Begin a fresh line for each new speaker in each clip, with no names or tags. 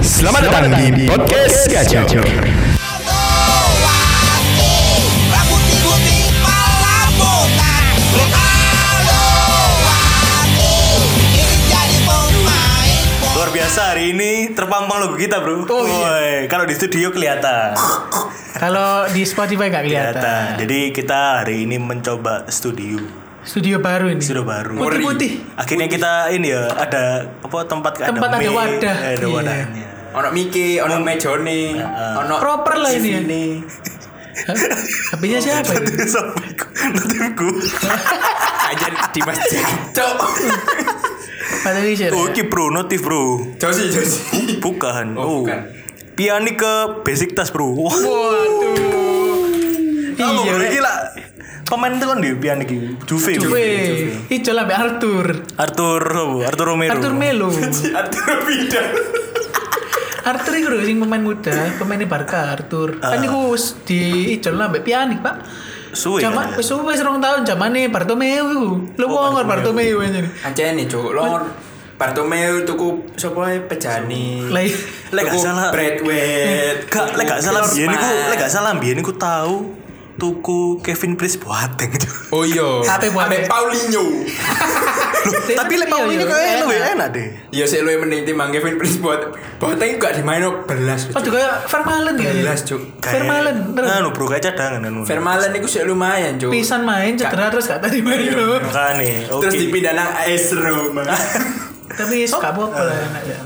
Selamat datang di podcast Gacor.
Luar biasa hari ini terpampang logo kita bro.
Oh, iya.
Woi, kalau di studio kelihatan.
Kalau di Spotify nggak kelihatan.
kelihatan. Jadi kita hari ini mencoba studio
Studio baru ini.
studio baru.
Putih-putih.
Akhirnya kita ini ya ada apa tempat
Tempat ada
mic,
wadah.
Ada
Iya.
wadahnya.
ono Miki, ono Mejone, ono
Proper lah ini. ya.
ini.
Hah? HP-nya siapa ini?
Nanti sopiku, nantiku.
Aja di masjid. Cok.
Pak Tadi share.
Oh, iki bro, notif bro.
Josi, Josi.
Bukan.
Oh, bukan.
Piani ke basic tas bro. Wah. Aku
Iya.
bro iki lah. Pemain itu kan di piani iki. Juve. bro.
Juve. Ijo lah Mbak Arthur.
Arthur, apa? Arthur Romero.
Arthur Melo.
Atur bidang.
Arthur itu sing pemain muda, pemainnya Barca Arthur.
Ah.
Kan iku wis di Ijo lah Mbak Pianik, Pak.
Suwe. kan?
Jaman wis wis rong tahun jamane Bartomeu iku.
Oh,
Lu ngomong Bartomeu aja nih.
Anjene, Cok. Lor. Bartomeu tuku sapa ae pejani.
Lah, iya.
Lek gak
Tuku
salah.
Breadwet.
Gak, lek gak salah
Tuku
biyen iku,
Christmas.
lek gak salah biyen iku tahu tuku Kevin Prince Boateng.
Oh iya.
Tapi buat-
Ambek Paulinho.
Tapi lek mau ini kok enak, enak deh.
Ya sik luwih mending timbang Kevin Prince buat Boateng gak dimaino belas. Cuk.
Oh, juga Vermaelen ya.
Belas, Cuk.
Kayak-
Vermaelen, terus.
Nah, bro, kayak cadangan anu.
Vermaelen iku sik lumayan, Cuk.
Pisan main cedera terus gak tadi main
Iya,
loh.
Makane, oke.
Terus dipindah nang AS Roma.
Tapi gak apa-apa lah enak ya.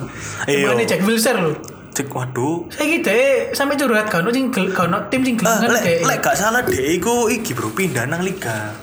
Iya.
Cuma ini Jack Wilshere loh.
Cek waduh.
Saya gitu sampai curhat kau sing gel- kono tim
Eh,
sing
lek
gelengan kayak
lek gak salah deh iku iki bro pindah nang liga.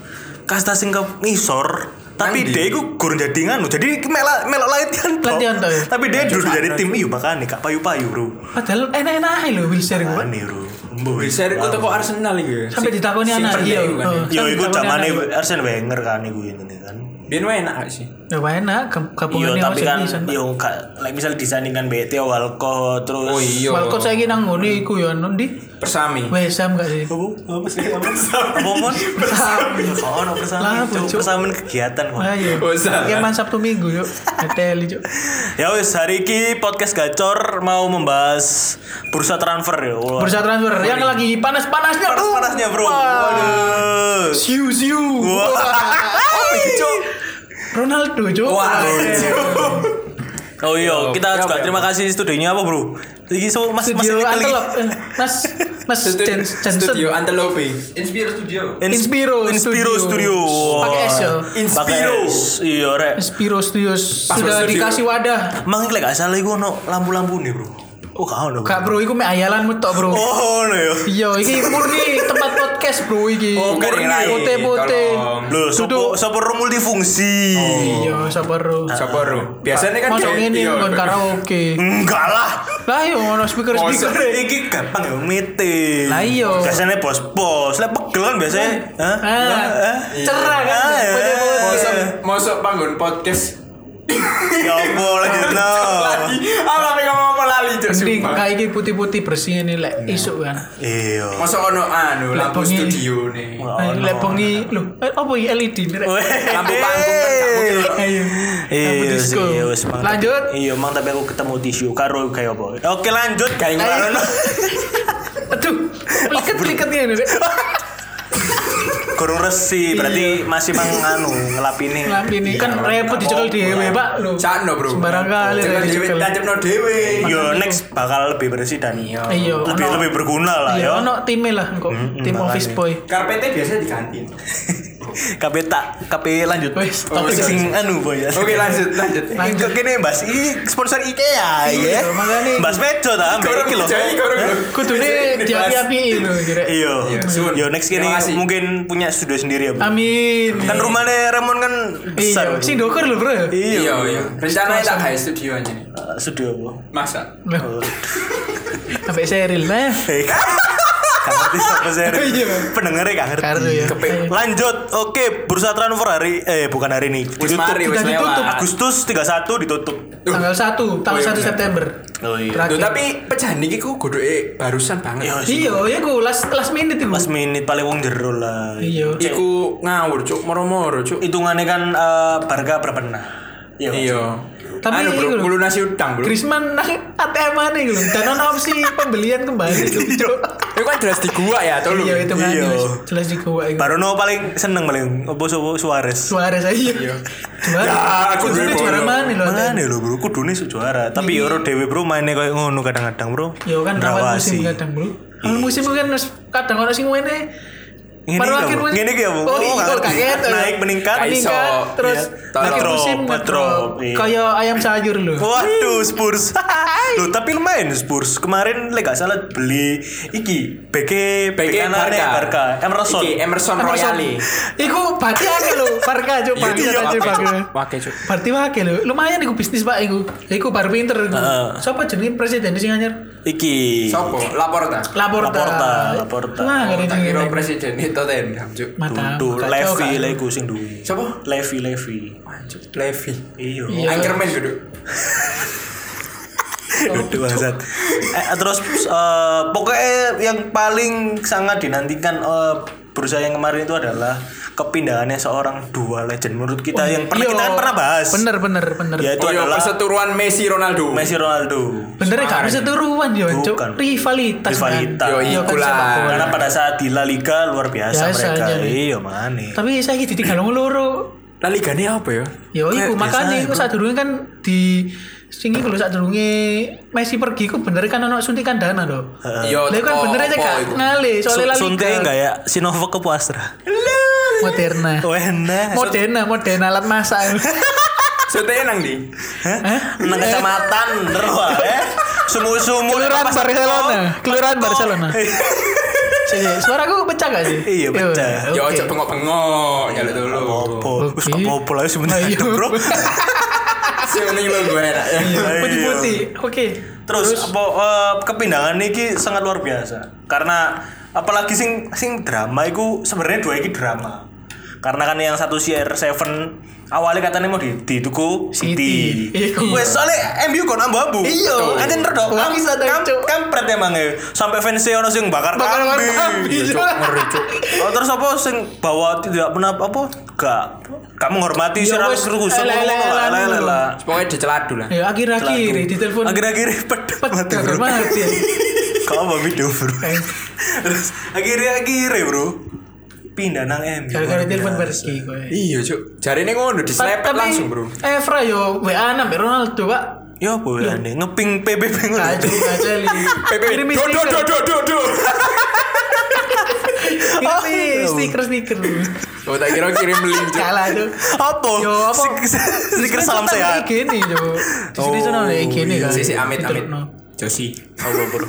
Kasta sing ke ngisor. Tapi
Nang
dia iku gurun jadi nganu. Jadi iki melak melok lain kan. toh.
Latihan toh, ya?
Tapi dia dulu jadi tim iyo makane gak payu-payu, Bro.
padahal enak-enak ae lho Wilshere gue.
Aneh, Bro. Mbok.
Bisa iku toko Arsenal iki.
Sampai ditakoni
si
anak
pendek
iya.
iku kan,
Oh,
ya.
Yo
sampai
iku
ditakoni
zamane
anak.
Arsene Wenger kan iku ini kan.
Biyen wae enak gak sih.
Ya wah, enak gab-
Yo
gabungannya
tapi
Ozil
kan
Wilson.
yo gak like misal disandingkan BTO Walcott terus
Oh iya.
Walcott saiki nang ngene iku ya non di
Persami.
West Ham gak sih?
Apa? Apa sih? Apa? Apa mon?
Persamin.
Oh, no
Lah,
persamin.
apa,
Cuk.
Cuk?
Persamin kegiatan, Mon.
Ayo.
West Ham.
Kayak man iya. Sabtu Minggu yuk. Ngeteli cuk.
Ya wis hari ini podcast gacor mau membahas bursa transfer ya. Wah.
Bursa transfer yang lagi panas-panasnya.
panas-panasnya bro.
Wah.
Waduh.
Siu siu.
Wah.
Apa iki, Cuk?
Ronaldo cuk.
Wah, Cuk.
Oh iya,
Ya,
kita
apa,
juga
ya,
terima kasih studionya apa bro? Iki so mas mas
Studio
ini teli-
Antelop. Eh, Mas Mas Jen- Jensen.
Studio Antelope. Eh, Inspire Studio.
Ins-
Inspiro
Inspiro Studio.
Studio.
Wah.
Pakai S, yo.
Pakai S. Iya rek.
Spiro Studios sudah
Studio.
dikasih wadah.
Mang lek gak salah iku ono lampu-lampu nih bro. Oh gak ono.
Kak bro, iku mek ayalan metok bro.
Oh ono ya.
Iya, iki murni tempat podcast bro iki.
Oh, bukan yang lain.
Pote-pote.
Tolong.
Loh, sopo
Duduk.
sopo room multifungsi.
Iya, sabar bro.
Sapa ru? Biasane Oh. Nah, kan
Masa
kayak-
ngene
iya.
kon karaoke.
Enggak lah.
Lah iya, yo ono speaker
Masa-
speaker.
Iki gampang ya meeting.
Lah iya.
Biasanya bos-bos, lah pegel kan biasanya. Hah? eh? Hah? Hah?
Ah,
Iya.
cerah
Ah,
kan.
ya.
Pote-pote.
Mosok mosok panggon podcast.
Ya apa lanjut no.
Lagi. Apa pengen ngomong apa lali Cuk,
Oh. Mending
sumpah.
kayak iki putih-putih bersih ini lek isuk kan.
Iya.
Mosok ono anu lampu
Bengi.
studio nih.
Wah.
Nah,
ono.
Lek bengi, lho, eh, apa iki LED ini rek?
Lampu panggung kan gak mungkin.
Ayo. Lampu
Iya,
disco.
iya, wes, Mang.
Lanjut.
Iya, mang tapi aku ketemu tisu karo kayak apa. Oke, lanjut kayak ngono.
Aduh, liket-liket ini rek.
Kurang resi, berarti masih mang anu ngelapine.
Lampi ini kan repot dicekel dhewe, Pak. Lho.
Iya, Cakno, Bro.
Sembarang kali
Jangan
rek
dhewe
dicekel.
tajamno dhewe.
Yo next bakal lebih bersih dan
Iya.
lebih
ono-
lebih berguna lah ya.
Iya, ono time lah kok. Tim
makanya.
office boy.
Karpetnya biasanya diganti.
KP tak KP lanjut
Wes,
topik
sorry,
sing anu boy
Oke, lanjut, lanjut.
Lanjut kene Mbak i sponsor IKEA ya.
iya, makanya.
Mbak Mejo ta ambek
Korok
iki lho.
jai, korok.
Kudune
Ini
diapi-api lho kira.
Iya.
Iya, sun.
Yo next kene
Terima kasih.
mungkin punya studio sendiri ya, Bu.
Amin.
Kan rumahnya Ramon kan besar.
Iya,
Bu.
sing doker lho,
Iya,
Bro.
Iya.
iya. Rencananya tak kayak studio aja.
Eh, Studio apa?
Masa?
Loh. Sampai seril nah.
Eh, Gak ngerti siapa saya.
Iya.
Pendengarnya gak
Kartu
ngerti.
ya.
Kepik.
Lanjut. Oke, bursa transfer hari eh bukan hari ini.
Wis
Ditutup.
mari, wis
Sudah ditutup.
lewat.
Agustus 31 ditutup.
Tanggal 1, tanggal
iya,
1
bener.
September.
Oh iya.
Duh,
Terakhir.
tapi pejahan iki ku godoke barusan banget.
Yo,
Iya, ya ku last last minute itu.
Mas minit paling wong jero lah.
Iya.
Iku ngawur cuk moro-moro cuk.
hitungannya kan eh, Barca berbenah.
Iya.
Tapi
anu
iku
bro,
lho.
ngelunasi utang bro.
Griezmann nang ATM mana gitu dan ada opsi pembelian kembali itu
Itu kan jelas di gua ya, tau lu.
iya itu kan
Iya.
jelas di gua itu
Barono paling seneng paling opo sopo Suarez.
suara saya
Iya.
juara
Ya, aku
Kudune
dulu
juara
bolos.
mana loh
Mana lho bro, kudune sok juara. Tapi
Iya.
Euro dewe bro mainnya kayak ngono kadang-kadang bro.
ya kan awal
Ndrawasi.
musim kadang bro awal musim kan wis kadang orang sing ngene
Ngene iki
Baru
lho,
akhir
Bu.
musim-
Ngene iki ya, Bu.
Oh,
Oh,
iya,
ngerti.
kaget. ya.
Naik, meningkat,
meningkat,
iso.
terus
Iya.
akhir
Ngedrop,
musim
ngedrop,
ngedrop.
iya.
Kayak ayam sayur loh.
Waduh Spurs. Loh tapi lumayan Spurs. Kemarin lek gak salah beli iki BK BK
PG
anane Barca Emerson.
Iki, Emerson
Iya,
Royale.
Iku berarti akeh lho, Barca coba
Iya,
kita
iya,
coba.
Pakai cuk.
Berarti akeh lho. Lumayan iku bisnis Pak iku. Iku bar pinter iku.
Heeh.
Sopo jenenge presiden sing anyar?
Iki.
Sopo? Lapor ta?
Laporta.
Laporta, Laporta.
Wah, ngene
Tak
iki.
kira presiden itu Tottenham cuk.
Mata.
Tuh,
kacau,
Levi
kacau.
lek sing duwe.
Sopo?
Levi Levi.
Anjir, Levi.
Iya.
Iya.
Anchorman gitu.
Aduh, Hazard. Eh, terus eh, pokoknya yang paling sangat dinantikan eh, bursa yang kemarin itu adalah kepindahannya seorang dua legend menurut kita yang pernah
Iya.
kita kan pernah bahas. Iya,
Bener bener bener.
Yaitu
Itu
adalah
Iya, perseturuan Messi Ronaldo.
Messi Ronaldo.
Bener gak bisa turuan yo, Cuk.
Bukan.
Rivalitas. man.
Rivalitas.
Yo,
Iya, kan,
ikulah.
sepak bola.
Karena pada saat di La Liga luar biasa
Biasa
mereka.
aja, nih.
Iya, mana?
ya. Tapi saya iki ditinggal wong loro.
La Ligane apa ya?
Ya iku
Kayak
makanya
biasa,
iku
Bro.
sadurunge kan di sing iku lho sadurunge Messi pergi iku bener kan ono suntikan dana lho.
Eh.
Yo,
Lah iku kan
teko
bener aja
apa
gak
Iya, iku?
ngale soalnya La Liga.
Suntiknya enggak ya? Sinovac ke Puastra.
Moderna.
Wena.
Moderna, Moderna alat masak.
Sutenya nang di.
Nang kecamatan, Roa, eh. Sumu-sumu
Kelurahan
Pasar
Barcelona, Kelurahan Barcelona.
Kok.
Sini, suaraku pecah gak sih?
Iya, pecah.
Yo,
Yo
oke.
Ya ojo bengok-bengok, nyaluk dulu.
Opo, wis
Oke.
kok mau pola wis
Ah,
sebenarnya
iya.
bro.
Sing ning lo gue enak. ya.
Iya,
Ayo.
Putih-putih. Oke.
Terus apa eh, kepindahan iki sangat luar biasa. Karena apalagi sing sing drama iku sebenarnya dua iki drama. Karena kan yang satu CR7 awalnya katanya mau di, dituku City.
City. Iku.
Wes soalnya MU kon ambu-ambu.
Iya.
Kan ntar dong.
Wah,
Kam,
bisa dong,
kam,
Cuk.
kampret emang ya. Sampai fans ono sing bakar
Bakal
kambing.
kambing. Ngeri,
Oh, terus apa sing bawa tidak pernah apa gak kamu menghormati
Ya,
sih harus
wes, elek-elekan dulu.
Pokoknya diceladu lah.
Ya akhir-akhir ditelepon.
akhir-akhir pedot mati
Pedot
bro
mati.
kamu mau video bro
Eh.
terus akhir-akhir bro pindah nang M
Gara-gara telepon pergi kowe.
Iya, Cuk. Jarine ngono dislepet
Tapi-
langsung, Bro.
Eh, Fra yo WA nang Ronaldo, Pak.
ya
Iya.
boleh nih ngeping PBB ngono
Kacau, kacau.
PP.
Kirim
Do do do
stiker.
do do do.
Kirim stiker, stiker.
Oh, tak kira kirim link, Cuk.
Kalah tuh.
apa
Yo, apa?
stiker Oh, salam sehat
Gini, Cuk. Di sini
Oh,
sana ada
iya.
gini kan.
Sisi amit amit.
Diterno.
Josi.
apa bro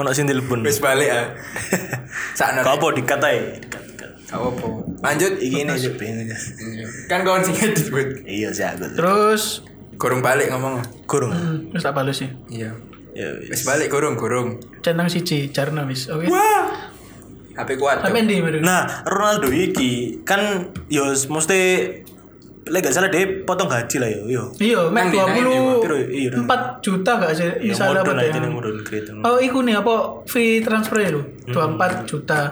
ono sing telepon
Wis balik ah. Sakno.
Gak apa dikatai dikat-dikat.
Gak apa. Lanjut
iki nih Cuk, pengen Iya, aja.
Kan kawan sing edit buat.
iya sih aku
Terus
Gorong balik ngomong.
kurung
hmm, terus tak balas sih.
Iya.
Ya,
Wis
wis.
balik gorong gorong.
Centang siji jarno wis. Oke.
Wah. HP kuat. Cuk.
Sampai ndi baru.
Nah, Ronaldo iki kan yo mesti lek gak salah deh potong gaji lah yo yo.
Iya,
Nang
mek
nah,
ndi, nang ndi,
Bro? Iya,
20
nang.
4 juta gak sih?
Yo
Misalnya
modon
apa
aja
ya?
nih modon kredit.
Oh, iku nih apa fee transfer ya,
Hmm.
lu? 24 juta.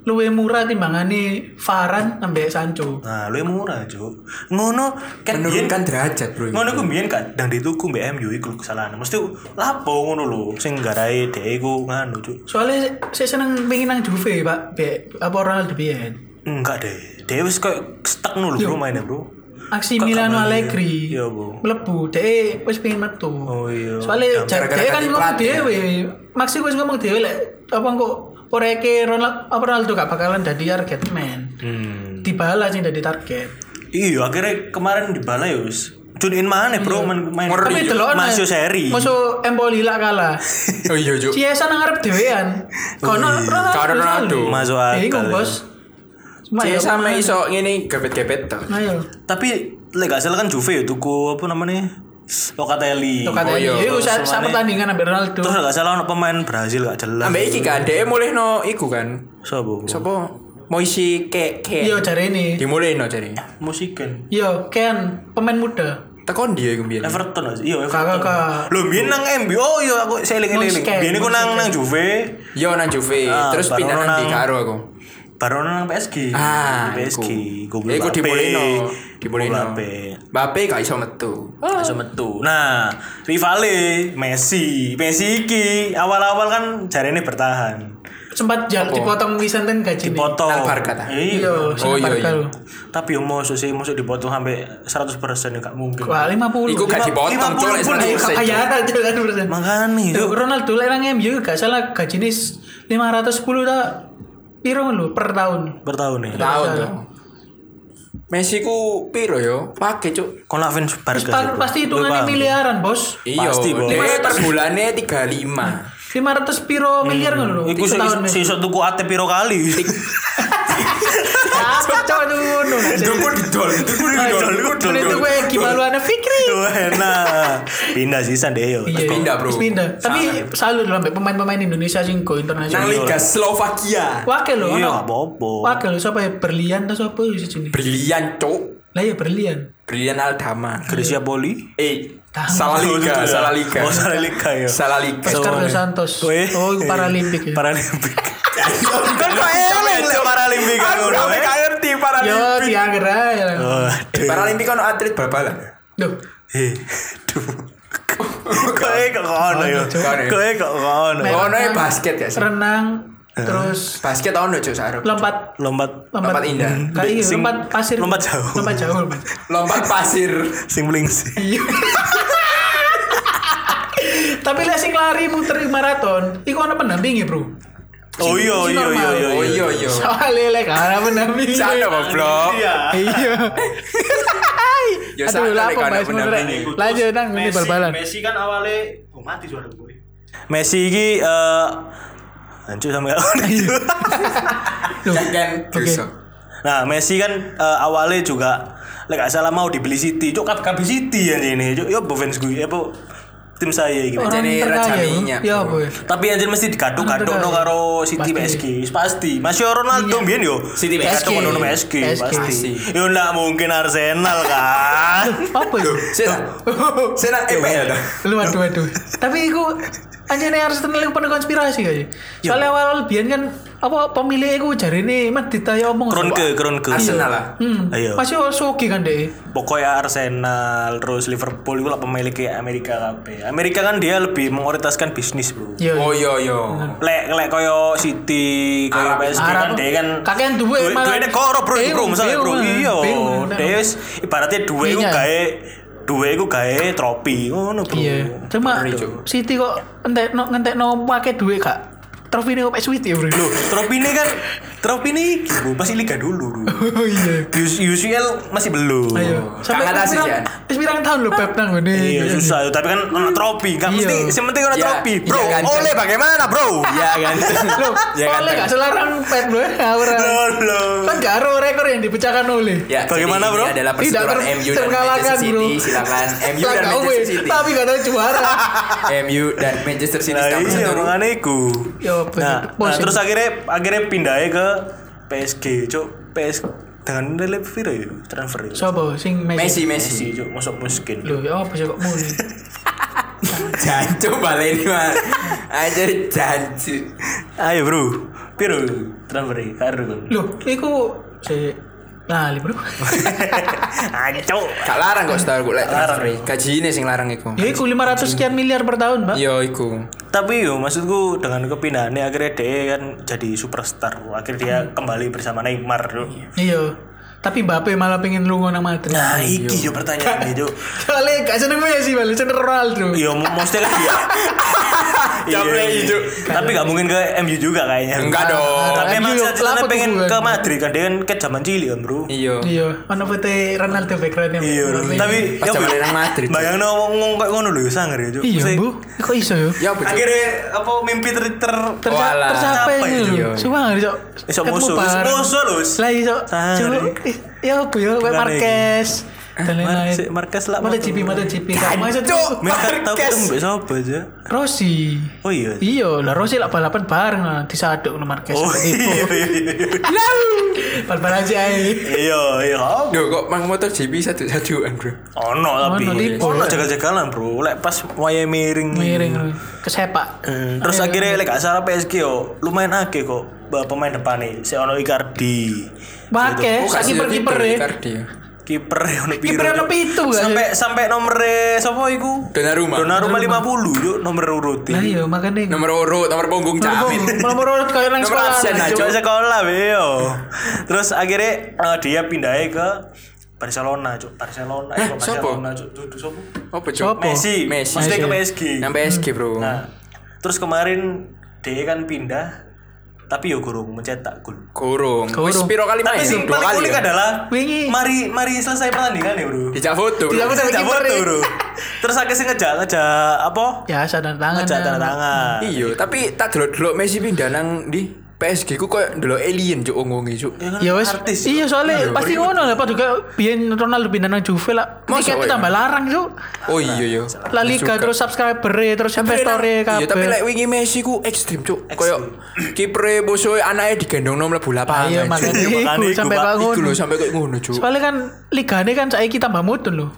Luwe murah timbangane Varan sampai Sancho.
Nah, lu yang murah, Cuk. Ngono kan biyen
Menurunkan derajat, Bro.
ngono ku biyen kadang dituku mbek MU iku lho kesalahan. Mesti lapo ngono lho sing garai dhek iku nganu, Cuk.
Soalnya saya seneng pengen nang Juve, Pak. Be, apa Ronaldo biyen?
Enggak deh. Dhewe wis kayak stuck ngono lho bro mainnya, Bro.
Aksi
Kok
Milano
kabarnya?
Allegri.
Iya, Bu.
Mlebu dhek wis pengen metu.
Oh, iya.
Soalnya jar
gara-gara
dhek kan
ganti
ngomong
pelatih.
dhewe. Maksudku wis ngomong dhewe lek apa kok Oreke Ronaldo apa Ronaldo gak bakalan jadi target man.
Hmm.
Dibala sing jadi target.
Iya, akhirnya kemarin dibala ya wis. Tune in mana, Bro? Main main.
Ngeri,
Tapi delok
Iya. Masuk seri.
Masuk Empoli lah kalah.
Oh iya, Cuk.
Ciesa nang ngarep dhewean. Kono Ronaldo.
Kono Ronaldo.
Masuk akal,
Bingung,
ya.
Bos. Cuma ya Nah, iya.
Ciesa me iso ngene gebet-gebet to.
Ayo.
Tapi lek gak salah kan Juve ya tuku apa namanya? Locatelli. Oh,
Tuh katanya,
iya.
yuk sa-
Terus
sa
mana-
pertandingan ambil Ronaldo.
Terus gak salah ono pemain Brazil gak jelas.
Ambek iki kan dhek mulihno iku kan.
Sopo? Sopo?
Sopo? Moisi ke ke.
Iya, cari ini.
Dimulihno jare.
Musikan.
Yo, Ken, pemain muda.
Tekon dia ya iku mbiyen.
Everton aja. Iya, Everton.
Kakak kakak.
Lho, biyen nang MU. Oh, iya aku seling-eling.
Musikan,
Biyen iku nang
musikan.
nang Juve.
Yo nang Juve,
Ah,
terus
baru
pindah nang
nang-
di karo aku.
Barona nang PSG.
Ah,
PSG. Goblok.
Iku
Mbappe.
dibolehno, dibolehno.
Mbappe.
Mbappe gak iso metu.
Langsung metu. Nah, rivale Messi. Messi iki awal-awal kan jarene bertahan.
sempat jal
Apa?
dipotong wisan ten gaji
Dipotong.
Nang Barca ta?
Iya.
Oh, iya, iya.
Tapi yo mosok sih mosok dipotong sampai 100% ya gak mungkin.
Wah, 50.
Iku gak
Lima-
dipotong,
lima
cuk,
puluh
lek
pun
sana
iya,
persen, cuk.
Kayak aja kan persen.
Makane
Duh,
itu.
Ronaldo lek nang MU gak salah gajinya 510 ta piro lho per tahun.
per tahun ya.
Tahu
Iya.
tuh. Messi ku piro yo? Pakai cuk.
Kon lah fans Barca.
Pasti-
sih, Bro.
Pasti hitungannya
Lu paham?
miliaran, Bos.
Iya,
Pasti, Bos.
dia per bulannya 35.
500 piro
Hmm.
miliar ngono lho.
Iku sih
setahun.
sih tuku ate piro kali.
Apa cowok tuh ngono.
Duku didol, duku didol, duku didol.
Itu gue kimaluannya Fikri.
Tuh enak. Pindah sisan deh yo.
Iya.
pindah, bro.
Terus Pindah. Tapi
Sangat.
salut loh sampai pemain-pemain Indonesia sing go
Nang
internasional.
Liga Slovakia.
Wakil loh.
Iya,
ono.
gak apa-apa.
Wakil loh siapa ya? Berlian atau siapa ya sini?
Brilian, cuk.
Lah ya berlian.
Brilian Aldama.
Gresia Poli.
Eh,
Tahu.
salah liga,
Oh,
salah liga.
Oh, salah liga ya.
Salah liga.
Oscar dos Santos.
Weh.
Oh, itu Paralimpik ya.
Paralimpik.
Kan kok
eleng, Lek, Paralimpik, kan,
Aku
ngono,
sampe
eh.
gak ngerti
Yo,
Paralimpik.
diangger aja.
Oh,
Iya, Eh, Paralimpik kan atlet bal-balan.
Duh,
Hei, duh. Koe kok ngono ya. Koe kok ngono.
Merah. kan,
Ono e basket ya. sih?
renang terus
Basket ono cuk Sarap.
lompat
Lompat
Lompat indah.
Kayak iya,
Sing-
lompat pasir.
lompat jauh.
Lompat jauh. lompat.
Lompat pasir.
sing blingsi.
Iya. Tapi lah sing lari muter maraton, iku ana pendampinge, Bro.
Oh iya iya iya iya.
Oh iya iya.
Soale lek gak ana pendampinge.
Cak goblok.
Iya.
Iya.
Ya,
Aduh,
salah
lah
lek
apa
gak ada
bahas mundur,
pendampinge.
Rek? Lanjut nang ini bal-balan.
Messi kan awalnya oh, mati suara gue. Messi iki eh hancur sama
Loh,
Jangan
Oke.
dosa.
Nah, Messi kan eh, awalnya juga lek gak salah mau dibeli City. Cuk kap kabeh City anjir ini. Cuk yo fans gue apa tim saya gitu.
Orang
Jadi
terkaya,
Raja
Bro.
Minyak,
Ya,
Bro.
boy.
Tapi anjir mesti digaduk-gaduk no karo City PSG. Pasti. Masih Ronaldo mbiyen yo.
Iya. City PSG.
Digaduk no PSG
PSG.
pasti. Yo ndak mungkin Arsenal kan.
Apa ya? itu?
Sena. Sena EPL dah.
Lu aduh aduh. Tapi iku anjane Arsenal yang penuh konspirasi kaya.
Iya.
Soalnya awal biyen kan apa pemilih iku jarine medit ayo omong.
Kronke, Kronke.
Arsenal lah.
Hmm.
Ayo.
Masih Sogi kan deh.
pokoknya Arsenal terus Liverpool itu lah pemilik kayak Amerika kabeh. Amerika kan dia lebih mengorientaskan bisnis bro
Iya.
Oh iya iya.
lek lek koyo City koyo
Arab.
PSG kan
Arab.
dia kan
Kakean duwe
duwe
malah.
duwe koro bro bro
Bingung,
misalnya bro
bingung,
iya
bingung.
dia wis ibaratnya duwe iku
Iya.
gawe duwe iku gawe tropi ngono bro
Iya. Cuma
Ngeri, Cuk.
City kok entek no entek no pakai duit kak. Trofi ini kok pakai duit ya bro.
Loh, tropi ini kan tropi ini bro, pasti liga dulu bro.
Oh iya.
US- UCL masih belum
Oh.
Ayo. Sampai
Kakak
wis
tasik,
pirang- wis pirang tahun lho Pep nang ngene.
Iya susah tapi kan ono tropi kan mesti
Iya.
sing penting ono
Iya.
tropi bro
Iya, kan, kan.
oleh bagaimana bro
Iya kan.
Loh,
Iya kan,
oleh
Bang?
gak selarang Pep lho ora.
Lolo.
Iya. Kan gak ada rekor yang dipecahkan oleh.
Ya,
Bagaimana,
jadi
bro?
Ini adalah
Tidak
perseteruan
ter-
MU dan
terkalahkan
Manchester
kan, bro.
City. Silakan MU dan
Langkah
Manchester
away,
City.
Tapi gak ada juara.
MU dan Manchester City
Nah,
sedang
iya
berseteru.
makanya iku.
Ya, bener.
Nah, nah,
Pusing.
terus akhirnya akhirnya pindahnya ke PSG, cuk. PS dengan nilai piro ya transfer itu.
Sopo sing
Messi
Messi.
Messi.
Messi, cuk, masuk miskin.
Loh, ya apa sih kok muni?
Jancu balik mas. Aja jancu.
Ayo, Bro. Piro transfer ya, karo.
Loh, iku si Lali bro.
Ancuk.
Gak larang kok setahu gue lek
Larang,
transfer. Gaji ini sing larang iku.
Ya iku 500 sekian miliar per tahun,
Iya.
Pak.
Yo iku.
Tapi yo maksudku dengan kepindahannya akhirnya dia kan jadi superstar. Akhirnya dia kembali bersama Neymar. Cuk.
Iya. Tapi Mbappe malah pengen lunga nang Madrid.
Nah, iki yo pertanyaannya, Cuk.
Soalnya gak seneng Messi, balik seneng Ronaldo.
Yo mesti kan dia. Iya,
Capek,
iya.
Cuk.
Tapi gak mungkin ke MU juga kayaknya.
Enggak dong.
Tapi
Ah,
emang
MU,
cita-cita
kenapa
pengen
tuh,
ke
Bang?
Madrid kan dia kan ke zaman cilik kan bro.
Iya.
Iya, ono foto Ronaldo backgroundnya.
Iya, bro. tapi
Pas zaman
Bu,
Real Madrid, Cuk.
Bayangno wong ngomong kayak ngono lho sangar ya Cuk.
Iya,
Maksudnya,
Bu. Kok iso yo?
Ya apa? Cuk?
Akhirnya apa mimpi ter ter
Tersa
Walah.
tersapai
Apa
gitu
itu?
lho. Sumpah nggak iso.
iya. Esok
Ketemu
musuh,
bareng.
musuh lho. wis.
Lah iya, iso.
Tarik.
Cuk, ih, Ya apa ya, kayak
Tarik.
Marquez. dan lain-lain.
Mar- si- Eh, Marquez lah,
Mata
metu.
GP, mata GP. Gak maksud
Cuk,
Mereka tahu
Marquez.
ketemu mbak siapa aja.
Rossi.
Oh iya.
Iya, lah Rossi lah balapan bareng lah disaduk no Marquez.
Oh iya iya iya.
Lah. Balapan aja. eh. ae.
Iya iya.
Duh kok mang motor GP satu-satuan bro
Ono tapi.
Ono, tipu.
Ono jagal-jagalan bro. Lek pas waya miring.
Miring Rossi. kesepak.
Hmm, terus akhirnya lek gak salah PSG yo lumayan akeh kok bah, pemain depan nih. Si ono Icardi.
Pakai
Kok Oh, gak
sakit
sih,
kiper
Ricardo,
Eh, ya.
Icardi ya?
Kiper ono piro.
Kiper ono
Cuk.
pitu, gak sih?
Sampai sampai nomere sapa iku?
Donnarumma.
Donnarumma 50 yuk Nah, nomor urut.
Lah iya makanya.
Nomor urut, nomor punggung jamin
Nomor urut kayak nang
Nomor
sekolah. iya.
absen aja.
Coba sekolah beo. Terus akhirnya eh, dia pindahnya ke Barcelona, cuk. Barcelona, eh, kok
siapa?
Barcelona, cuk. Dudu sopo?
Apa
Sopo?
cok?
Messi,
Messi.
Maksudnya ke PSG.
Yang PSG bro
Nah, terus kemarin dia kan pindah tapi yo kurung mencetak gol.
Kurung Wis
Kurung.
piro kali
Tapi
main? Nah,
sing
Dua
paling
kali
unik
ya?
adalah
Wingi.
mari mari selesai pertandingan ya, Bro.
Dijak foto bro
Dijak foto.
Tidak
kiper
foto,
ya.
Bro. Terus akhirnya sing ngejak ngejak apa?
Ya, sadar tangan.
Ngejak tanda
ya.
tangan.
Iya, tapi tak delok-delok Messi pindah nang di PSG ku koyo delok alien cuk wong-wonge cuk.
Ya kan,
Ya wes.
artis.
Iya soalnya pasti ngono lah paduka biyen Ronaldo pindah nang Juve lah.
Masa,
Tiketnya
woy?
tambah larang tuh.
Oh iya iya.
La Liga terus subscriber terus investor
Iya, tapi
kabeh.
lek wingi Messi ku ekstrim cuk. Koyo kipre bosoe anake digendongno mlebu lapangan.
Ayo
cuk.
makanya
makanya
Iya, iku
iku,
sampai
Pak.
kok
Iku
ngono.
lho sampe koyo ngono cuk.
Soalnya kan ligane kan saiki tambah mutun lho.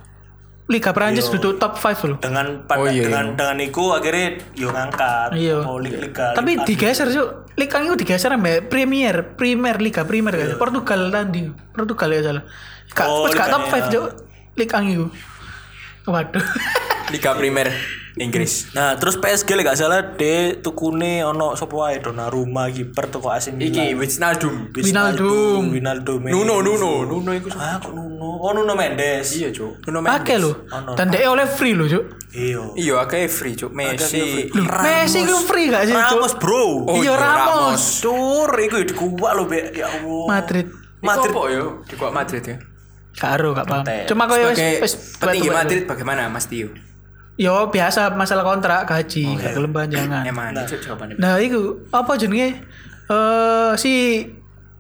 Liga Prancis duduk top 5 lho.
Dengan pada-
Oh, iya,
dengan dengan iku akhirnya yo ngangkat.
Iya.
Oh, liga.
Tapi digeser cuk. Liga itu digeser mbak Premier, Premier Liga Premier
Iya.
kan. Portugal tadi, Portugal ya salah. Kak,
Oh,
wes gak top
liganya.
5 cuk. Liga itu. Waduh.
Liga Primer Inggris.
Nah, terus PSG lek gak salah de tukune ono sapa wae Donnarumma kiper toko AC
Iki
Milan.
Wijnaldum.
Wijnaldum.
Winaldum.
Nuno Nuno Nuno iku cuk.
Ah, kok Nuno. Oh, Nuno Mendes.
Iya cuk. Nuno Mendes.
Pakai lho. Dan dia oleh free lho cuk.
Iya.
Iya, akeh free cuk Messi.
Loh, Messi itu free gak sih cuk?
Ramos, Bro.
Oh, iya,
Iya Ramos.
Ramos.
Sur, iku ya dikuak lho, Bek. Ya Allah.
Madrid.
Madrid kok yo di kuat Madrid ya.
Karo gak paham.
Teh.
Cuma koyo wis
Sebagai
wis
petinggi
batu-batu.
Madrid bagaimana Mas Tio?
Yo biasa masalah kontrak gaji, gak gelem
Oh,
panjangan.
iya. Emang itu jawabannya.
Nah, iku apa jenenge? Eh si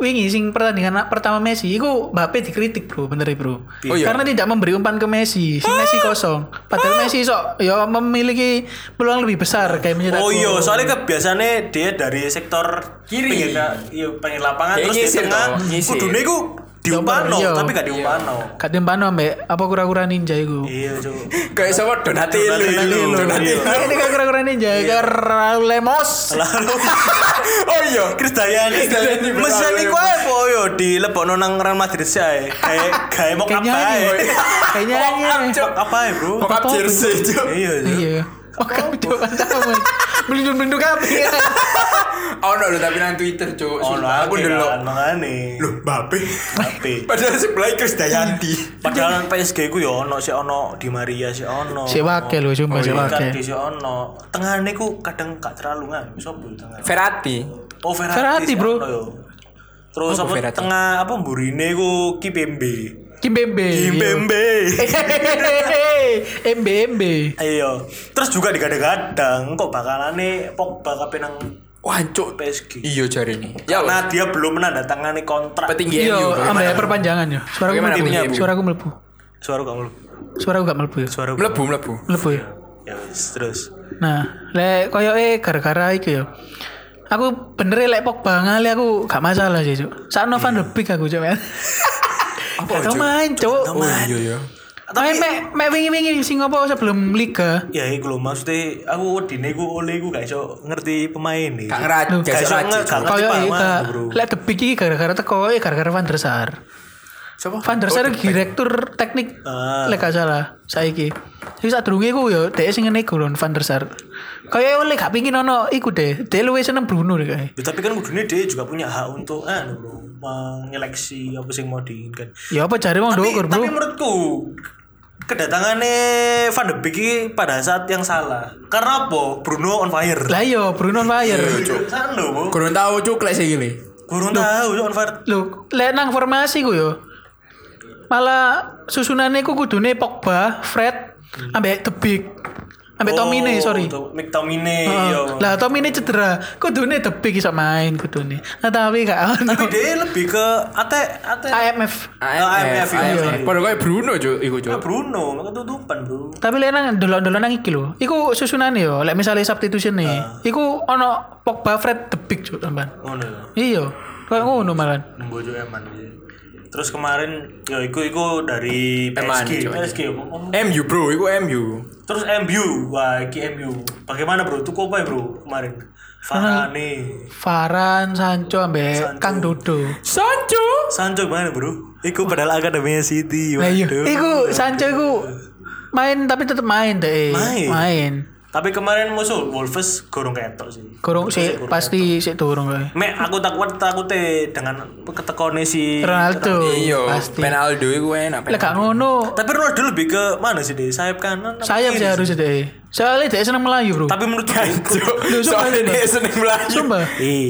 wingi sing pertandingan pertama Messi iku Mbappe dikritik, Bro, bener ya, Bro.
Oh, iya.
Karena tidak memberi umpan ke Messi, si Messi kosong. Padahal Messi sok ya memiliki peluang lebih besar kayak mencetak
Oh
gol.
iya, soalnya kebiasaannya dia dari sektor
Kiri.
pinggir, iya pinggir lapangan
Dia
terus di
nyisir
tengah.
toh, nyisir.
Kudune iku diumpano,
Iya.
tapi gak diumpano.
Kadang pano ambek apa kura-kura ninja iku.
Iya, Cuk.
Kayak sama Donatello,
Donatello.
Donatello.
Nah, Ini kan kura-kura ninja,
Iya.
kayak Raul Lemos.
Lalu
Oh iya.
Chris Dayani,
Chris Dayani, bro.
mesin iku ae po yo di lebokno nang Real Madrid sae. Kayak kayak mau
Kayak
apa
nyanyi.
ae.
Kayak nyanyi.
Mok Apa ae, Bro?
Pop up jersey, Cuk.
Iya, Cuk.
Iya. Oh, kamu tuh mantap. Belindung-belindung kami.
Oh no, tapi nang Twitter, Cuk.
Oh,
Sumpah,
aku
aku delok.
mangane.
Loh, Mbappe.
Mbappe.
Padahal sebelah Chris Dayanti.
Padahal PSG ku yo ono sik ono di Maria sik ono.
Si wakil lho,
Oh
Oh
cuma
iya.
si
Icardi
wakil.
sik ono. Tengahane ku kadang gak terlalu ngan. Sopo tengah?
Ferrati.
ya, Oh, Verratti.
Verratti,
sik
bro.
ono yo. Terus
Apa
apa
Verratti?
tengah apa mburine ku Kipembe.
Kim Bembe. Iya.
Kipembe.
Hehehe. Embe embe.
Ayo. Iya. Terus juga digadang-gadang kok bakalane Pogba kape nang
Wah, Cuk.
PSG.
Iya jari ini. Ya,
Karena dia belum menandatangani kontrak.
petinggi
Iya,
MU.
ambil
bagaimana?
perpanjangan ya. Suaraku
Bagaimana
melebu.
timnya, Bu?
Suaraku melebu.
Suara kamu.
Suaraku gak melebu ya.
Suara kamu.
Melebu, melebu.
Melebu ya.
Ya wis, terus.
Nah, lek koyo e gara-gara iki ya. Aku bener e lek Pogba ngali aku gak masalah sih, Cuk. Sakno Van de Beek aku, Cuk. men. Gak tau main, Cuk.
Oh iya iya.
Tapi mek mek wingi-wingi sing apa sebelum liga.
Ya iku lho maksudnya aku wedine ku oleh ku gak iso ngerti pemain iki.
Kak ngerat,
Loh,
gak
gak
iso
iso
rajin,
nge-
Cuk.
gak- Ngerti
Koyo e
paham,
gak-
Bro.
lek De Beek iki gara-gara teko e gara-gara Van der Sar.
Siapa? Oh,
Van der
Oh,
Sar direktur teknik
Ah.
lek gak salah saiki. Jadi saat dulu aku ya, dia sing ngene iku lho, Van der Sar. Kayak oleh gak pingin ono iku deh, dia luwe seneng Bruno deh kayak.
Ya, tapi kan kudune dia juga punya hak untuk anu bro, menyeleksi apa sing mau diinginkan.
Ya apa cari wong
Tapi,
dokur
tapi
bro?
menurutku kedatangannya Van de Beek ini pada saat yang salah. Karena apa? Bruno on fire.
Lah yo Bruno on
Iya,
fire.
Sana lho, bro.
Kurang tahu Cuk lek sing ini.
Kurang tahu Cuk, on fire.
Lho, lek nang formasi ku ya, yo. Malah susunane ku kudune Pogba, Fred, ambek De Beek. Ambek Tomine, sorry.
Mik Hmm. Oh, Tomine, iya.
Heeh.
yo.
Lah Tomine cedera. Kudune The Big iso main kudune. Nah, tapi gak ono.
Tapi dia lebih ke ate ate
IMF.
eh,
AMF, AMF.
Padahal kayak Bruno cuk, iku cuk.
Ah, Bruno, ketutupan, Bro.
Tapi lek nang dolok-dolokan iki lho. Iku susunane yo, lek misalnya substitution nih.
Ah.
Iku ono Pogba Fred The Big cuk tambahan.
Ngono lho.
Iya. Kayak ngono malan.
Nembojo Eman iya. Terus kemarin ya iku iku dari
Eman,
PSG,
coba.
PSG. oh.
MU bro, iku MU.
Terus MU, wah iki MU. Bagaimana bro? Tuku apa ya bro kemarin? Farane.
Varan, Sancho ambek Kang Dodo.
Sancho.
Sancho gimana bro? Iku padahal akademinya City.
Lah iya,
waduh.
iku Sancho iku main tapi tetep main deh.
Main?
Main.
Tapi kemarin musuh Wolves gorong ketok sih.
Kurung sih pasti sih turun kayak.
Mek aku takut takutnya dengan ketekone si
Ronaldo
Iya,
pasti.
Penaldo iku enak.
Lah gak ngono.
Tapi Ronaldo lebih ke mana sih deh? Sayap kanan. apa
Sayap
kiri
sih harusnya deh. Soalnya dia seneng Melayu, Bro.
Tapi menurut gue
Loh, sumpah,
Soalnya dia seneng Melayu.
Sumpah.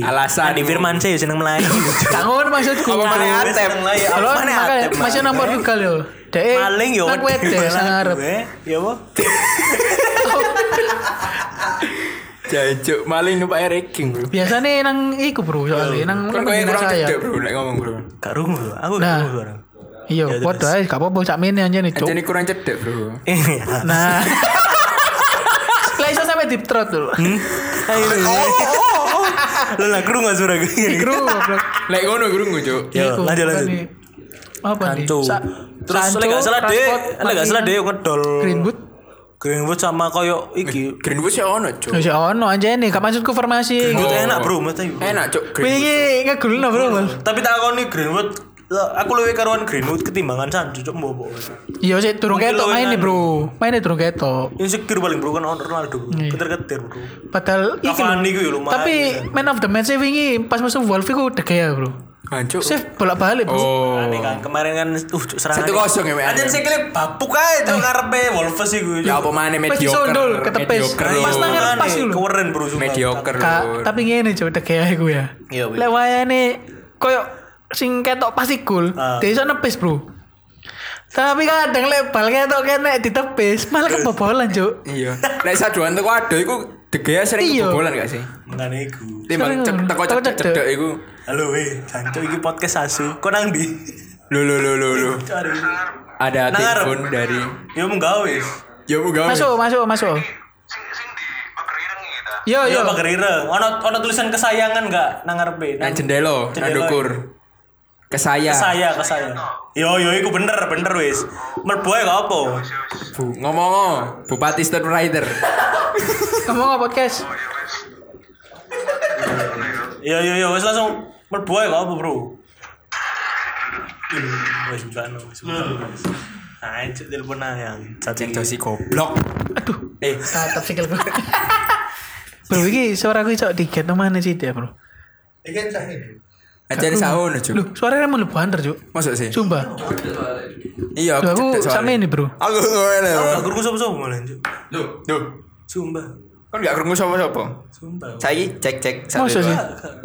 Alasan
di Firman sih seneng Melayu.
Gak ngono maksudku.
Apa mana
Bro.
Atep?
Seneng Melayu.
Kalau
Apa mana
makanya
Atep,
masih
Mas?
nang Portugal yo. Dek.
paling yo
Nang wede sang arep.
Ya apa?
Jancuk, maling numpak ranking bro.
Biasanya nang iku, Bro,
Iya,
soalnya nang
Kan
nang
kau yang
pembina
kurang
saya.
cedek bro, lek ngomong bro.
Gak rungu loh. Aku gak
Nah.
rungu sekarang.
Iya, podo ae gak apa-apa sak mene anjene, Cuk.
Jadi kurang cedek bro.
Ini ya.
Nah. Lah iso sampe deep throat dulu.
Hmm. Ayo. Lo gitu. lah kru gak suara gini.
Kru, Bro.
Lek ngono gurung gue cuk.
Ya,
Iku,
lanjut,
apa
lanjut.
nih? Apa nih?
Sancho.
Sa-
Terus
Sancho,
lek gak salah deh,
Rashford,
lek gak salah deh
Martinez,
ngedol
Greenwood.
Greenwood sama koyo iki.
Greenwood sih ono cuk.
Ya sih ono anjene, gak maksudku formasi.
Greenwood
Oh.
enak bro, mata yuk.
Enak cuk. Greenwood.
Wingi ngegulno, Bro.
Tapi tak aku nih Greenwood. lah, Aku lebih karuan Greenwood ketimbangan Sancho cok bobo.
Iya sih turun
Mungkin
ketok
lu
main nih,
enak.
Bro. Main turun ketok.
Insecure paling bro kan Ronaldo. bro. Keter-keter bro.
Padahal iki
Cavani
lho.
ku ya lumayan.
Tapi man of the match sih wingi pas musim Wolf iku De Gea, Bro.
Hancur.
Save bolak-balik, Bro.
Oh.
Aneh kan kemarin kan uh cuk, serangan.
1-0 ya, Mek.
Anjir saya kira babuk ae cuk ngarepe Wolves iku. Nah, iya,
Ya apa mana
Pas disondol,
mediocre.
ketepes.
Mediocre
Pas
lho.
tangan. pas dulu.
Keren kan, eh, bro sumpah.
Mediocre lho.
Ka, tapi ngene coba De Gea iku ya.
Iya, Bro.
Lek wayane koyo sing ketok pasti gol,
Ah.
dia iso nepis, Bro. Tapi kadang lek bal ketok kene ditepis, malah kebobolan, Cuk.
Iya. Lek saduan teko ado iku De Gea sering
Iya.
kebobolan gak sih?
Makane iku.
Timbang
Sering.
cek teko
Teko
cedek
cedek.
cedek iku.
Halo weh, Sancho iki podcast asu. Kok nang ndi?
Lho lho lho lho lho.
Cuk, hari ini.
Ada
Nang ngarep.
telepon dari
Ya mau gawe.
Ya bu gawe.
Masuk, masuk, masuk.
sing sing di pegering gitu.
Oh,
Yo
Iya,
Ya
yo.
apa gerire? Ono ono tulisan kesayangan enggak nang ngarepe?
Nang jendela, nang
Jendela.
dukur. Ke saya.
Ke saya, ke saya. Yo yo iku bener, bener wis. Merbu ae gak apa.
Bu, ngomong oh. Bupati Stone Rider.
Ngomong apa podcast?
Oh, iya.
Yo yo yo wis langsung merbu ae gak apa, Bro. Ih, Wis bukan wis bukan. Nah, cek telepon nang yang cacing
Dosi goblok.
Aduh,
Eh,
tatap sikil gue. Bro, iki suara aku cok tiga tuh mana sih dia, Bro?
Ajari sahun
Loh,
cuk.
suaranya mau lebih banter, Cuk.
Masuk sih.
Sumpah.
Iya,
Loh, aku
cedek soalnya.
sama ini, Bro.
Aku ngene.
aku gak kerungu sapa-sapa malah, Cuk.
Duh.
Sumpah,
Kan gak krungu sapa-sapa.
sumpah.
Saiki cek cek satu,
Masa
dua.
sih?